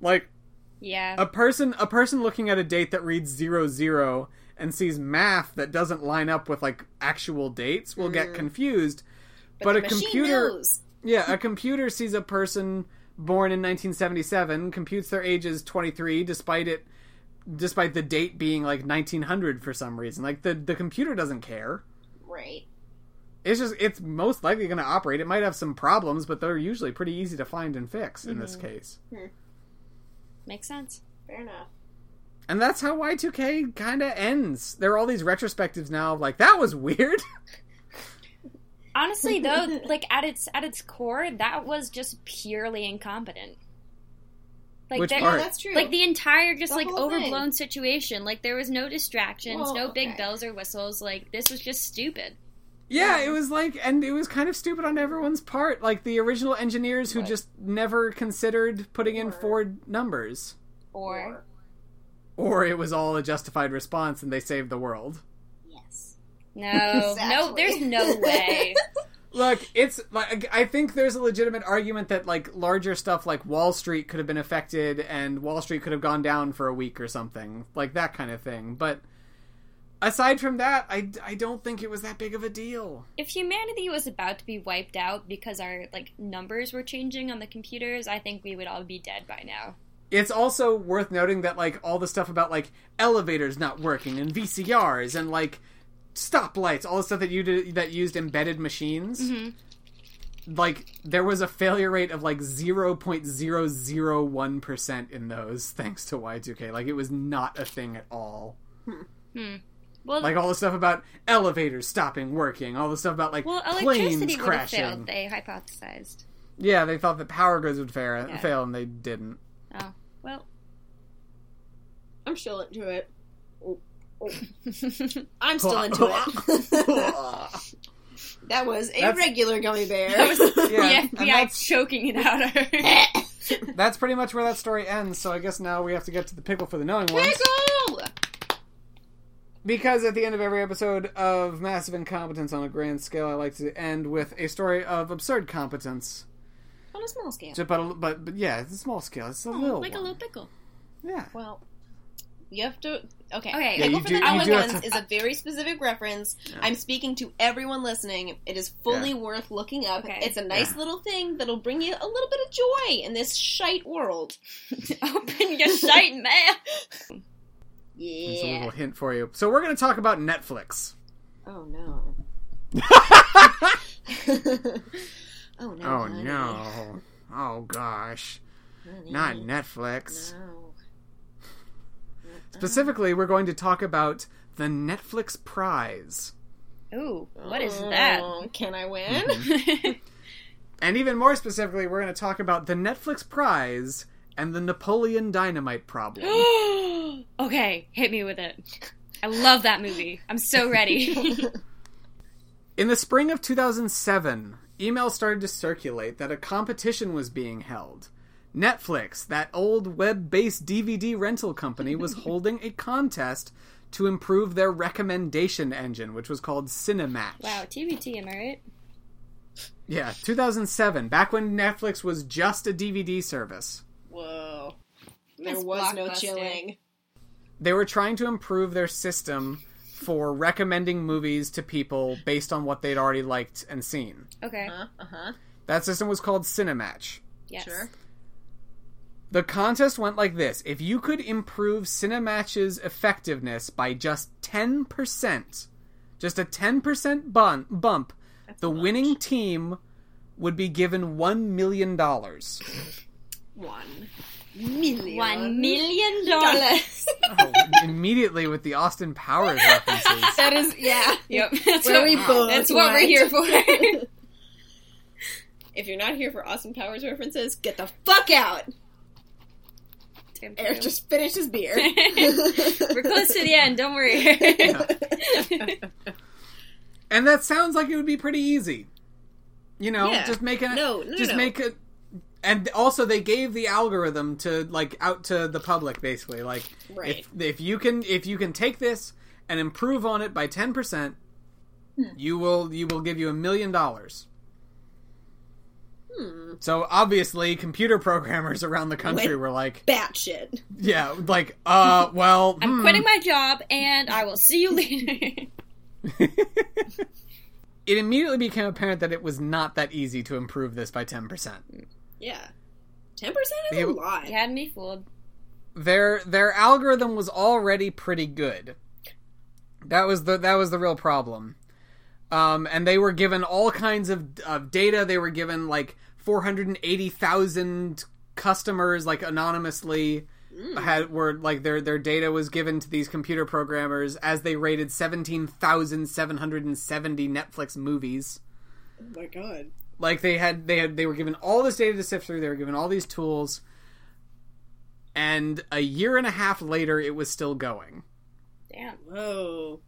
Speaker 1: Like
Speaker 2: [LAUGHS] yeah.
Speaker 1: a person, a person looking at a date that reads zero zero and sees math that doesn't line up with like actual dates will get confused. But,
Speaker 6: Mm. the
Speaker 1: a
Speaker 6: machine
Speaker 1: computer,
Speaker 6: knows.
Speaker 1: Yeah, a computer sees a person born in 1977, computes their age as 23, despite it, despite the date being like 1900 for some reason. Like the the computer doesn't care.
Speaker 6: Right.
Speaker 1: It's just it's most likely going to operate. It might have some problems, but they're usually pretty easy to find and fix in this case.
Speaker 2: Makes sense.
Speaker 6: Fair enough.
Speaker 1: And that's how Y2K kind of ends. There are all these retrospectives now of like that was [LAUGHS] weird.
Speaker 2: Honestly [LAUGHS] though, like at its at its core, that was just purely incompetent. Like
Speaker 1: Which
Speaker 2: there-
Speaker 1: part?
Speaker 6: That's true.
Speaker 2: Like the entire just
Speaker 6: The
Speaker 2: like
Speaker 6: whole thing.
Speaker 2: overblown situation. Like there was no distractions,
Speaker 6: Well,
Speaker 2: no big
Speaker 6: okay.
Speaker 2: bells or whistles. Like this was just stupid.
Speaker 1: Yeah, it was like, and it was kind of stupid on everyone's part. Like the original engineers who just never considered putting in four numbers,
Speaker 2: Or,
Speaker 6: [LAUGHS]
Speaker 1: or it was all a justified response and they saved the world.
Speaker 2: no, no,
Speaker 6: Exactly.
Speaker 2: there's no
Speaker 6: [LAUGHS]
Speaker 2: way.
Speaker 1: Look, it's like I think there's a legitimate argument that like larger stuff like Wall Street could have been affected and Wall Street could have gone down for a week or something, like that kind of thing. But aside from that, I, I don't think it was that big of a deal.
Speaker 2: if humanity was about to be wiped out because our like numbers were changing on the computers, I think we would all be dead by now.
Speaker 1: it's also worth noting that like all the stuff about like elevators not working and VCRs and like stoplights, all the stuff that you did that used embedded machines. Like there was a failure rate of like zero point zero zero one percent in those, [LAUGHS] thanks to Y two K. Like it was not a thing at all.
Speaker 2: Well,
Speaker 1: Like all the stuff about elevators stopping working, all the stuff about like
Speaker 2: well,
Speaker 1: planes
Speaker 2: electricity would have
Speaker 1: crashing.
Speaker 2: failed. They hypothesized.
Speaker 1: Yeah, they thought that power grids would fail,
Speaker 2: Yeah.
Speaker 1: fail, and they didn't.
Speaker 2: Oh, well.
Speaker 3: I'm still
Speaker 2: [LAUGHS]
Speaker 3: into it.
Speaker 6: Oh,
Speaker 2: that [LAUGHS]
Speaker 3: I'm still into it. that was a
Speaker 1: That's-
Speaker 3: regular gummy
Speaker 6: [LAUGHS]
Speaker 3: bear.
Speaker 2: was the
Speaker 1: [LAUGHS] Yeah, Uh, and
Speaker 2: FBI choking
Speaker 1: [LAUGHS]
Speaker 2: it out [LAUGHS] of her.
Speaker 1: That's pretty much where that story ends. So I guess now we have to get to the pickle for the knowing ones.
Speaker 6: Pickle!
Speaker 1: Because at the end of every episode of Massive Incompetence on a Grand Scale, I like to end with a story of absurd competence.
Speaker 6: On a small scale.
Speaker 1: Ju- But, but, but yeah, it's a small scale.
Speaker 6: Oh,
Speaker 1: It's a little.
Speaker 2: like a
Speaker 1: one.
Speaker 2: little pickle. [LAUGHS]
Speaker 1: Yeah.
Speaker 6: Well, you have to. Okay.
Speaker 2: Okay. Yeah,
Speaker 6: Pickle
Speaker 1: you
Speaker 6: for
Speaker 1: do-
Speaker 6: the
Speaker 1: you
Speaker 6: Knowing
Speaker 1: do have
Speaker 6: Ones
Speaker 1: to-
Speaker 6: is a very specific reference. I'm speaking to everyone listening. It is fully worth looking up.
Speaker 2: Okay.
Speaker 6: It's a nice little thing that'll bring you a little bit of joy in this shite
Speaker 2: [LAUGHS]
Speaker 6: world. Oh,
Speaker 2: Open your sight, man.
Speaker 1: It's a
Speaker 6: Yeah.
Speaker 1: little hint for you. So we're going to talk about Netflix.
Speaker 6: Oh no.
Speaker 1: [LAUGHS]
Speaker 6: oh no.
Speaker 1: Oh
Speaker 6: honey.
Speaker 1: no. Oh gosh.
Speaker 6: Honey.
Speaker 1: Not Netflix.
Speaker 6: No.
Speaker 1: Specifically, we're going to talk about the Netflix Prize.
Speaker 2: Ooh, what is that?
Speaker 1: [LAUGHS]
Speaker 2: [LAUGHS]
Speaker 6: Oh, Can I win?
Speaker 1: And even more specifically, we're going to talk about the Netflix Prize and the Napoleon Dynamite problem.
Speaker 2: [GASPS] okay, hit me with it. I love that movie. I'm so
Speaker 6: [LAUGHS]
Speaker 2: ready.
Speaker 1: In the spring of 2007, emails started to circulate that a competition was being held. Netflix, that old web based DVD rental company, was holding a contest to improve their recommendation engine, which was called Cinematch.
Speaker 2: wow, TBT, am I right?
Speaker 1: Yeah, 2007, back when Netflix was just a DVD service.
Speaker 6: Whoa.
Speaker 2: Miss
Speaker 6: There was no
Speaker 2: Blockbuster.
Speaker 6: chilling.
Speaker 1: They were trying to improve their system for recommending movies to people based on what they'd already liked and seen.
Speaker 2: Okay.
Speaker 6: Uh
Speaker 2: Uh-huh.
Speaker 6: huh.
Speaker 1: That system was called Cinematch.
Speaker 2: yes.
Speaker 6: Sure.
Speaker 1: The contest went like this. If you could improve Cinematch's effectiveness by just 10%, just a 10% bun- bump, the winning team would be given $1 million. Oh,
Speaker 6: One million.
Speaker 2: One [LAUGHS] million dollars.
Speaker 1: immediately with the Austin Powers references.
Speaker 6: That is, [LAUGHS] yeah.
Speaker 2: Yep. That's
Speaker 6: Where
Speaker 2: what,
Speaker 6: we both
Speaker 2: that's what we're
Speaker 6: went.
Speaker 2: here [LAUGHS] for.
Speaker 6: If you're not here for Austin Powers references, get the [LAUGHS] fuck out.
Speaker 3: Eric just finished
Speaker 6: [LAUGHS]
Speaker 3: his beer.
Speaker 2: [LAUGHS] we're close to the end, don't worry. [LAUGHS]
Speaker 1: And that sounds like it would be pretty easy. You know,
Speaker 6: Yeah.
Speaker 1: just make it.
Speaker 6: No, no,
Speaker 1: just
Speaker 6: no.
Speaker 1: make it. And also, they gave the algorithm to like out to the public, basically. Like,
Speaker 6: Right.
Speaker 1: if if you can if you can take this and improve on it by ten percent,
Speaker 6: Hmm.
Speaker 1: you will you will give you a million dollars.
Speaker 6: Hmm.
Speaker 1: So obviously, computer programmers around the country
Speaker 3: Went-
Speaker 1: were like,
Speaker 3: Batshit.
Speaker 1: "Yeah, like, uh,
Speaker 6: [LAUGHS]
Speaker 1: well,
Speaker 2: I'm
Speaker 1: hmm.
Speaker 2: quitting my job and I will see you later. [LAUGHS]
Speaker 1: It immediately became apparent that it was not that easy to improve this by ten percent.
Speaker 6: Yeah. 10% is
Speaker 1: They-
Speaker 6: a lot.
Speaker 2: you had me fooled.
Speaker 1: their their algorithm was already pretty good. That was the that was the real problem. Um, and they were given all kinds of of data. They were given like four hundred and eighty thousand customers, like anonymously. Had were like their their data was given to these computer programmers as they rated seventeen thousand seven hundred and seventy Netflix movies
Speaker 6: Oh my god.
Speaker 1: like they had they had they were given all this data to sift through they were given all these tools and a year and a half later it was still going
Speaker 2: Damn.
Speaker 6: Whoa.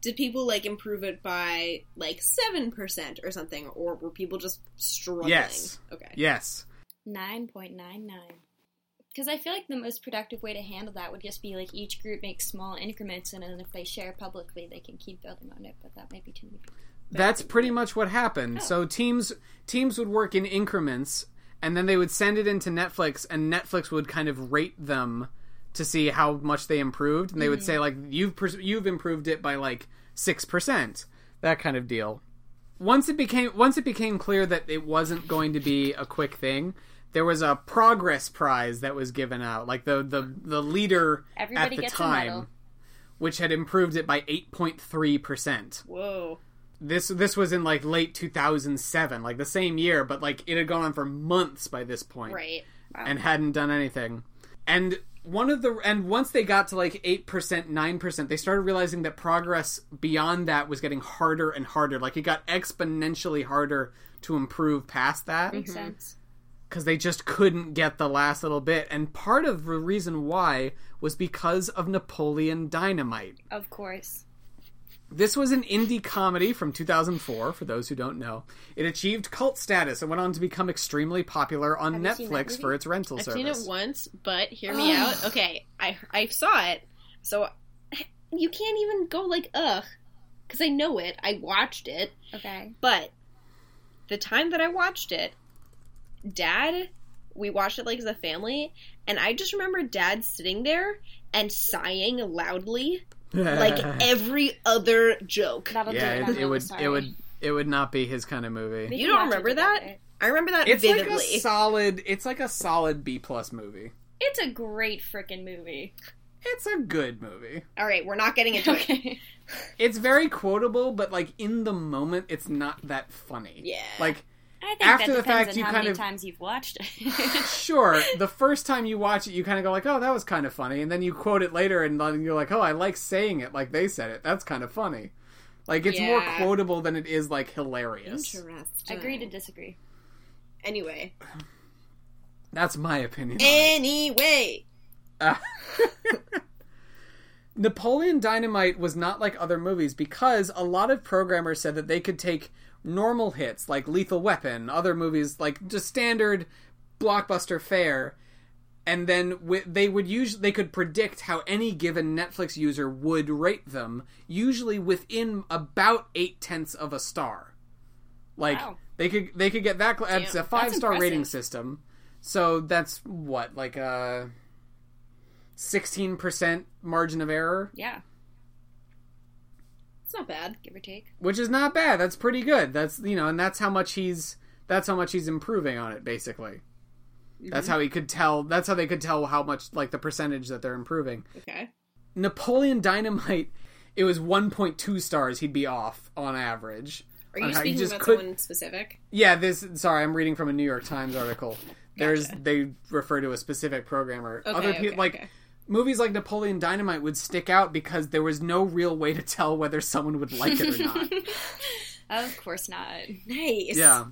Speaker 6: Did people like improve it by like 7% or something? Or were people just struggling?
Speaker 1: Yes.
Speaker 6: Okay.
Speaker 1: yes
Speaker 2: 9.99. Because I feel like the most productive way to handle that would just be like each group makes small increments and then if they share publicly, they can keep building on it, but that might be too many people.
Speaker 1: that's pretty much what happened
Speaker 2: Oh.
Speaker 1: so teams teams would work in increments and then they would send it into netflix and netflix would kind of rate them to see how much they improved and they would say
Speaker 2: Mm-hmm.
Speaker 1: like you've pers- you've improved it by like 6% that kind of deal once it became once it became clear that it wasn't going to be a quick thing there was a progress prize that was given out like the the the leader
Speaker 2: Everybody
Speaker 1: at the
Speaker 2: gets a
Speaker 1: time
Speaker 2: medal.
Speaker 1: which had improved it by 8.3%
Speaker 6: Whoa.
Speaker 1: this this was in like late 2007 like the same year but like it had gone on for months by this point
Speaker 6: Right.
Speaker 1: and hadn't done anything and one of the and once they got to like 8% 9% they started realizing that progress beyond that was getting harder
Speaker 6: Mm-hmm.
Speaker 1: and harder like it got exponentially harder to improve past that
Speaker 2: Makes sense.
Speaker 1: because they just couldn't get the last little bit. And part of the reason why was because of Napoleon Dynamite.
Speaker 2: Of course.
Speaker 1: This was an indie comedy from 2004, for those who don't know. It achieved cult status and went on to become extremely popular on
Speaker 2: Have you seen that
Speaker 1: Netflix for its rental
Speaker 6: I've
Speaker 1: service.
Speaker 6: seen
Speaker 1: [LAUGHS]
Speaker 6: it once, but hear me out. Okay, I I saw it, so you can't even go like ugh, because I know it. I watched it,
Speaker 2: Okay.
Speaker 6: but the time that I watched it, Dad, we watched it like as a family, and I just remember Dad sitting there and sighing loudly, like
Speaker 1: [LAUGHS]
Speaker 6: every other joke.
Speaker 2: That'll
Speaker 1: yeah, it,
Speaker 2: do it.
Speaker 1: it would it would it would not be his kind of movie.
Speaker 6: You don't remember that? I remember that
Speaker 1: It's like
Speaker 6: vividly.
Speaker 1: a solid. It's like a solid B plus movie.
Speaker 2: It's a great freaking movie.
Speaker 1: It's a good movie.
Speaker 6: All right, we're not
Speaker 2: [LAUGHS]
Speaker 6: getting into it.
Speaker 2: Okay.
Speaker 1: It's very quotable, but like in the moment, it's not that funny.
Speaker 6: Yeah.
Speaker 1: Like
Speaker 2: I think
Speaker 1: After
Speaker 2: that
Speaker 1: the
Speaker 2: depends
Speaker 1: fact,
Speaker 2: on
Speaker 1: you
Speaker 2: how
Speaker 1: kind
Speaker 2: many
Speaker 1: of-
Speaker 2: times you've watched
Speaker 6: [LAUGHS]
Speaker 2: it.
Speaker 1: sure, the first time you watch it, you kind of go like, "Oh, that was kind of funny," and then you quote it later, and then you're like, "Oh, I like saying it like they said it. That's kind of funny." Like it's more
Speaker 6: Yeah.
Speaker 1: quotable than it is like hilarious.
Speaker 3: Interesting.
Speaker 2: Agree to disagree.
Speaker 6: Anyway,
Speaker 1: That's my opinion. on it.
Speaker 6: anyway,
Speaker 1: Napoleon Dynamite was not like other movies because a lot of programmers said that they could take normal hits like Lethal Weapon, other movies like just standard blockbuster fare, and then wi- they would use they could predict how any given Netflix user would rate them, usually within about eight tenths of a star. Like
Speaker 2: Wow.
Speaker 1: they could they could get that cl- it's a five star rating
Speaker 2: impressive.
Speaker 1: system, so that's what like a sixteen percent margin of error.
Speaker 2: Yeah,
Speaker 6: it's not bad.
Speaker 2: give or take.
Speaker 1: which is not bad. That's pretty good. That's you know, and that's how much he's that's how much he's improving on it basically. That's
Speaker 6: Mm-hmm.
Speaker 1: how he could tell. That's how they could tell how much like the percentage that they're improving.
Speaker 6: Okay.
Speaker 1: Napoleon Dynamite, it was 1.2 stars he'd be off on average.
Speaker 6: Are
Speaker 1: on
Speaker 6: you
Speaker 1: how he
Speaker 6: speaking
Speaker 1: just
Speaker 6: about
Speaker 1: could-
Speaker 6: someone specific?
Speaker 1: Yeah, this sorry, I'm reading from a New York Times article. There's they refer to a specific programmer.
Speaker 6: Okay,
Speaker 1: Other
Speaker 6: okay,
Speaker 1: people like
Speaker 6: okay.
Speaker 1: movies like Napoleon Dynamite would stick out because there was no real way to tell whether someone would like it or
Speaker 2: [LAUGHS]
Speaker 1: not.
Speaker 2: Of course not.
Speaker 6: Nice.
Speaker 1: yeah.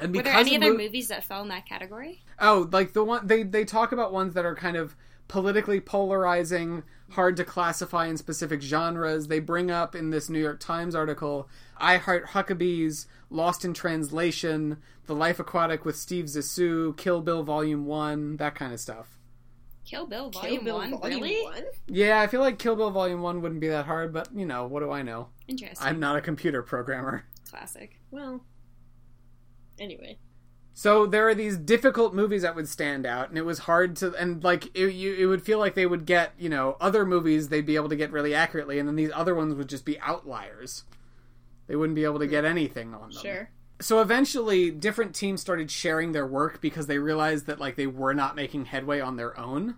Speaker 1: And
Speaker 2: Were there
Speaker 1: because
Speaker 2: any
Speaker 1: of
Speaker 2: other
Speaker 1: mo-
Speaker 2: movies that fell in that category?
Speaker 1: Oh, like the one they they talk about ones that are kind of politically polarizing, hard to classify in specific genres. They bring up in this New York Times article I Heart Huckabees, Lost in Translation, The Life Aquatic with Steve Zissou, Kill Bill Volume 1, that kind of stuff.
Speaker 2: Kill Bill Volume
Speaker 6: Kill Bill
Speaker 2: One.
Speaker 6: Volume
Speaker 2: really?
Speaker 6: One?
Speaker 1: Yeah, I feel like Kill Bill Volume 1 wouldn't be that hard, but you know, what do I know?
Speaker 2: Interesting.
Speaker 1: I'm not a computer programmer.
Speaker 2: Classic.
Speaker 6: Well, anyway.
Speaker 1: So there are these difficult movies that would stand out, and it was hard to and like it, you, it would feel like they would get you know other movies they'd be able to get really accurately, and then these other ones would just be outliers. They wouldn't be able to get anything on them.
Speaker 6: Sure.
Speaker 1: So eventually, different teams started sharing their work because they realized that like they were not making headway on their own.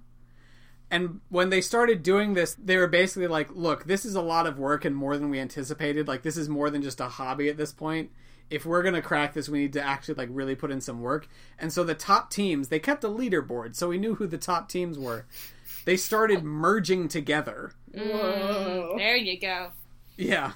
Speaker 1: And when they started doing this, they were basically like, look, this is a lot of work and more than we anticipated. Like, this is more than just a hobby at this point. If we're going to crack this, we need to actually, like, really put in some work. And so the top teams, they kept a leaderboard, so we knew who the top teams were. They started merging together.
Speaker 2: There you go.
Speaker 1: Yeah.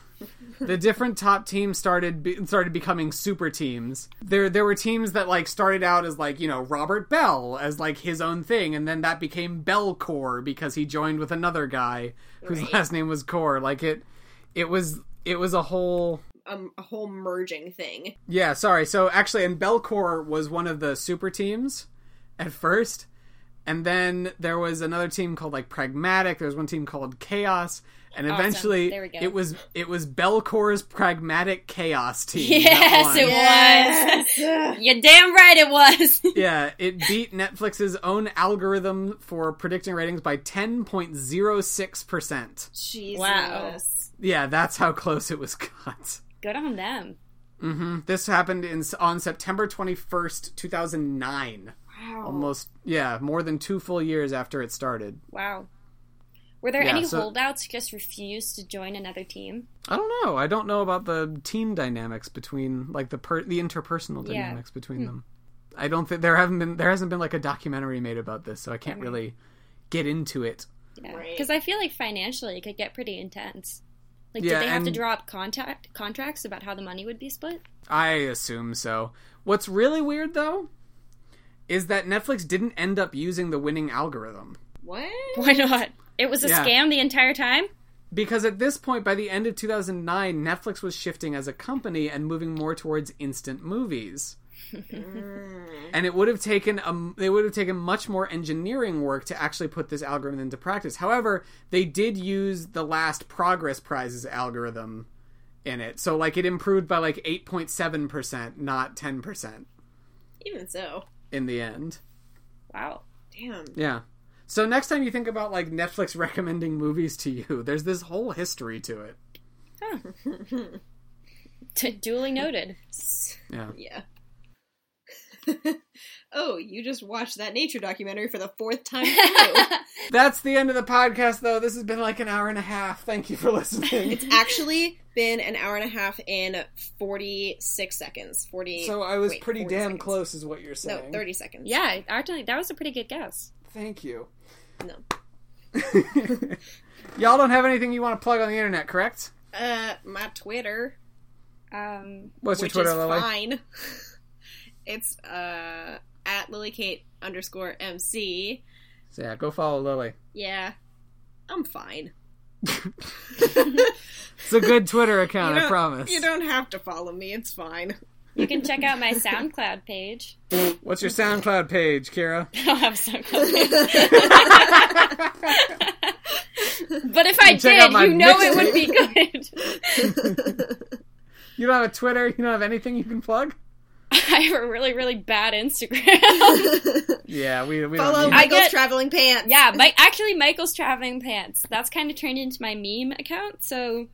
Speaker 1: the different top teams started be- started becoming super teams. There there were teams that like started out as like, you know, Robert Bell as like his own thing and then that became Bell Corps because he joined with another guy whose last name was Core. Like it it was it was a whole
Speaker 6: Um, a whole merging thing.
Speaker 1: yeah, sorry. So actually, and Belcor was one of the super teams at first, and then there was another team called like Pragmatic. There was one team called Chaos, and eventually
Speaker 2: There we go.
Speaker 1: it was it was Belcor's Pragmatic Chaos
Speaker 2: [LAUGHS]
Speaker 1: team. that won.
Speaker 2: [LAUGHS] Yes, it
Speaker 3: [LAUGHS]
Speaker 2: was. You're damn right, it was. [LAUGHS]
Speaker 1: yeah, it beat Netflix's own algorithm for predicting ratings by ten point zero six percent.
Speaker 6: Jesus.
Speaker 2: Wow.
Speaker 1: Yeah, that's how close it was cut.
Speaker 2: Good on them.
Speaker 1: hmm This happened in on September twenty first, two thousand nine.
Speaker 2: Oh.
Speaker 6: Wow.
Speaker 1: almost yeah more than two full years after it started
Speaker 2: Wow. Were there
Speaker 1: Yeah,
Speaker 2: any
Speaker 1: so-
Speaker 2: holdouts who just refused to join another team?
Speaker 1: i don't know i don't know about the team dynamics between like the per- the interpersonal
Speaker 2: Yeah.
Speaker 1: dynamics between them i don't think there haven't been there hasn't been like a documentary made about this so i can't really get into it
Speaker 6: Right.
Speaker 2: Because I feel like financially it could get pretty intense. Like,
Speaker 1: Yeah,
Speaker 2: did they have to
Speaker 1: and-
Speaker 2: draw up contact contracts about how the money would be split?
Speaker 1: i assume so what's really weird though is that Netflix didn't end up using the winning algorithm.
Speaker 6: What?
Speaker 2: [LAUGHS] Why not? It was a
Speaker 1: Yeah.
Speaker 2: scam the entire time.
Speaker 1: Because at this point, by the end of 2009, Netflix was shifting as a company and moving more towards instant movies. and it would have taken um, they would have taken much more engineering work to actually put this algorithm into practice. However, they did use the last progress prizes algorithm in it, so like it improved by like 8.7 percent, not 10 percent
Speaker 3: Even so,
Speaker 1: in the end.
Speaker 2: Wow.
Speaker 3: damn.
Speaker 1: Yeah. So next time you think about like Netflix [LAUGHS] recommending movies to you, there's this whole history to it.
Speaker 2: [LAUGHS] Duly noted.
Speaker 1: Yeah.
Speaker 3: Yeah. [LAUGHS] oh, you just watched that nature documentary for the fourth time through.
Speaker 1: That's the end of the podcast, though. This has been like an hour and a half. Thank you for listening.
Speaker 3: [LAUGHS] it's actually been an hour and a half and 46 seconds. 40.
Speaker 1: so I was
Speaker 3: wait,
Speaker 1: pretty
Speaker 3: 40
Speaker 1: damn
Speaker 3: seconds.
Speaker 1: close, is what you're
Speaker 3: No,
Speaker 1: saying.
Speaker 3: 30 seconds.
Speaker 2: Yeah, actually, that was a pretty good guess.
Speaker 1: Thank
Speaker 3: [LAUGHS]
Speaker 1: you.
Speaker 3: No.
Speaker 1: Y'all don't have anything you want to plug on the internet, correct?
Speaker 3: Uh, my Twitter,
Speaker 2: Um,
Speaker 1: What's
Speaker 3: which
Speaker 1: your Twitter,
Speaker 3: is
Speaker 1: Lily?
Speaker 3: fine. [LAUGHS] it's uh at lilykate underscore mc.
Speaker 1: So yeah, go follow Lily.
Speaker 3: Yeah, I'm fine.
Speaker 1: It's a good Twitter account,
Speaker 3: [LAUGHS] You
Speaker 1: I
Speaker 3: don't-
Speaker 1: promise.
Speaker 3: You don't have to follow me. It's
Speaker 2: [LAUGHS]
Speaker 3: fine.
Speaker 2: you can check
Speaker 1: [LAUGHS]
Speaker 2: out my SoundCloud page.
Speaker 1: What's your SoundCloud page, Kira?
Speaker 2: [LAUGHS] I don't have a SoundCloud
Speaker 1: [LAUGHS]
Speaker 2: page. but if I
Speaker 1: You can check out
Speaker 2: did,
Speaker 1: my
Speaker 2: you know it
Speaker 1: mixtape.
Speaker 2: would be good. [LAUGHS]
Speaker 1: You don't have a Twitter? You don't have anything you can plug?
Speaker 2: I have a really, really bad Instagram. [LAUGHS]
Speaker 1: Yeah, we, we
Speaker 3: Follow
Speaker 1: don't need
Speaker 3: Michael's
Speaker 2: get-
Speaker 3: traveling pants.
Speaker 2: yeah, my, actually, Michael's Traveling Pants. That's kind of turned into my meme account, so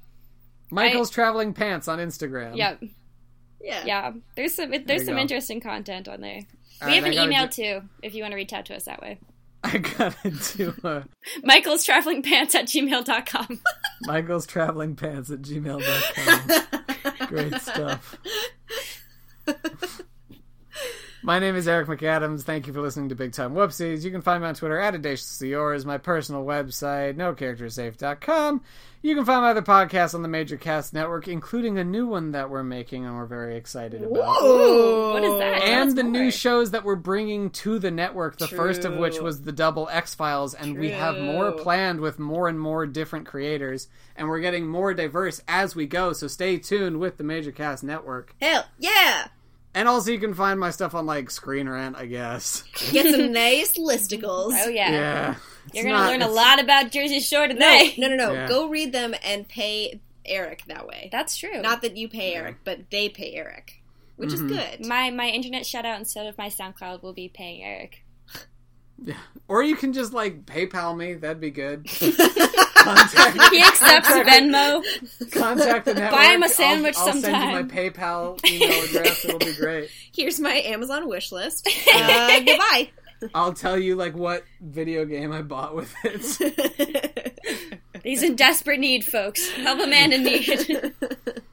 Speaker 1: Michael's Traveling Pants on Instagram.
Speaker 2: yeah,
Speaker 3: yeah,
Speaker 2: yeah. There's some it- there's
Speaker 1: Um, you
Speaker 2: some
Speaker 1: go.
Speaker 2: interesting content on there.
Speaker 1: All
Speaker 2: we
Speaker 1: right,
Speaker 2: have an
Speaker 1: I gotta
Speaker 2: email
Speaker 1: do-
Speaker 2: too if you want to reach out to us that way.
Speaker 1: [LAUGHS] I gotta do uh, a
Speaker 2: Michael's Traveling Pants
Speaker 1: [LAUGHS]
Speaker 2: at gmail.com.
Speaker 1: Michael's Traveling Pants at gmail.com. Great stuff. My name is Eric McAdams. Thank you for listening to Big Time Whoopsies. You can find me on Twitter at is my personal website, nocharactersafe.com. You can find my other podcasts on the Major Cast Network, including a new one that we're making and we're very excited about.
Speaker 2: Ooh, what is that? Tell us
Speaker 1: and the new
Speaker 2: more.
Speaker 1: shows that we're bringing to the network. The first of which
Speaker 3: True.
Speaker 1: was the Double X Files, and we have more planned with more and more different creators, and we're getting more diverse as we go. So stay tuned with the Major Cast Network,
Speaker 3: Hell yeah!
Speaker 1: and also you can find my stuff on like Screen Rant, I guess.
Speaker 3: Get
Speaker 2: [LAUGHS]
Speaker 3: some nice listicles.
Speaker 2: Oh yeah.
Speaker 1: Yeah,
Speaker 2: You're
Speaker 1: It's
Speaker 2: gonna
Speaker 1: not-
Speaker 2: learn a
Speaker 1: it's-
Speaker 2: lot about Jersey Shore
Speaker 3: No,
Speaker 2: today.
Speaker 3: no, no, no.
Speaker 1: Yeah.
Speaker 3: Go read them and pay Eric that way.
Speaker 2: [LAUGHS] That's true.
Speaker 3: Not that you pay Eric, but they pay Eric, which
Speaker 1: Mm-hmm.
Speaker 3: is good.
Speaker 2: my my internet shutout instead of my SoundCloud will be paying Eric.
Speaker 1: Or you can just like PayPal me. That'd be
Speaker 2: [LAUGHS]
Speaker 1: good.
Speaker 2: He [LAUGHS] accepts Venmo.
Speaker 1: Contact the network.
Speaker 2: him a
Speaker 1: I'll-
Speaker 2: sandwich
Speaker 1: I'll, send you
Speaker 2: sometime.
Speaker 1: my PayPal email address. It'll be great.
Speaker 3: Here's my Amazon wish list. Uh, goodbye. [LAUGHS]
Speaker 1: I'll tell you like what video game I bought with it.
Speaker 2: He's in desperate need, folks. Help a man in [LAUGHS] need.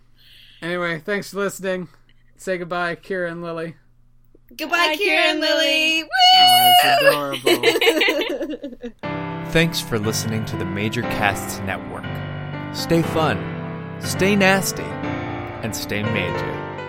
Speaker 1: [LAUGHS] Anyway, thanks for listening. Say goodbye, Kira and Lily.
Speaker 3: goodbye,
Speaker 2: Bye,
Speaker 3: Kieran
Speaker 2: Kieran
Speaker 3: Lily.
Speaker 2: Lily.
Speaker 3: Woo!
Speaker 1: Oh, it's adorable.
Speaker 7: Thanks for listening to the Major Casts Network. Stay fun, stay nasty, and stay major.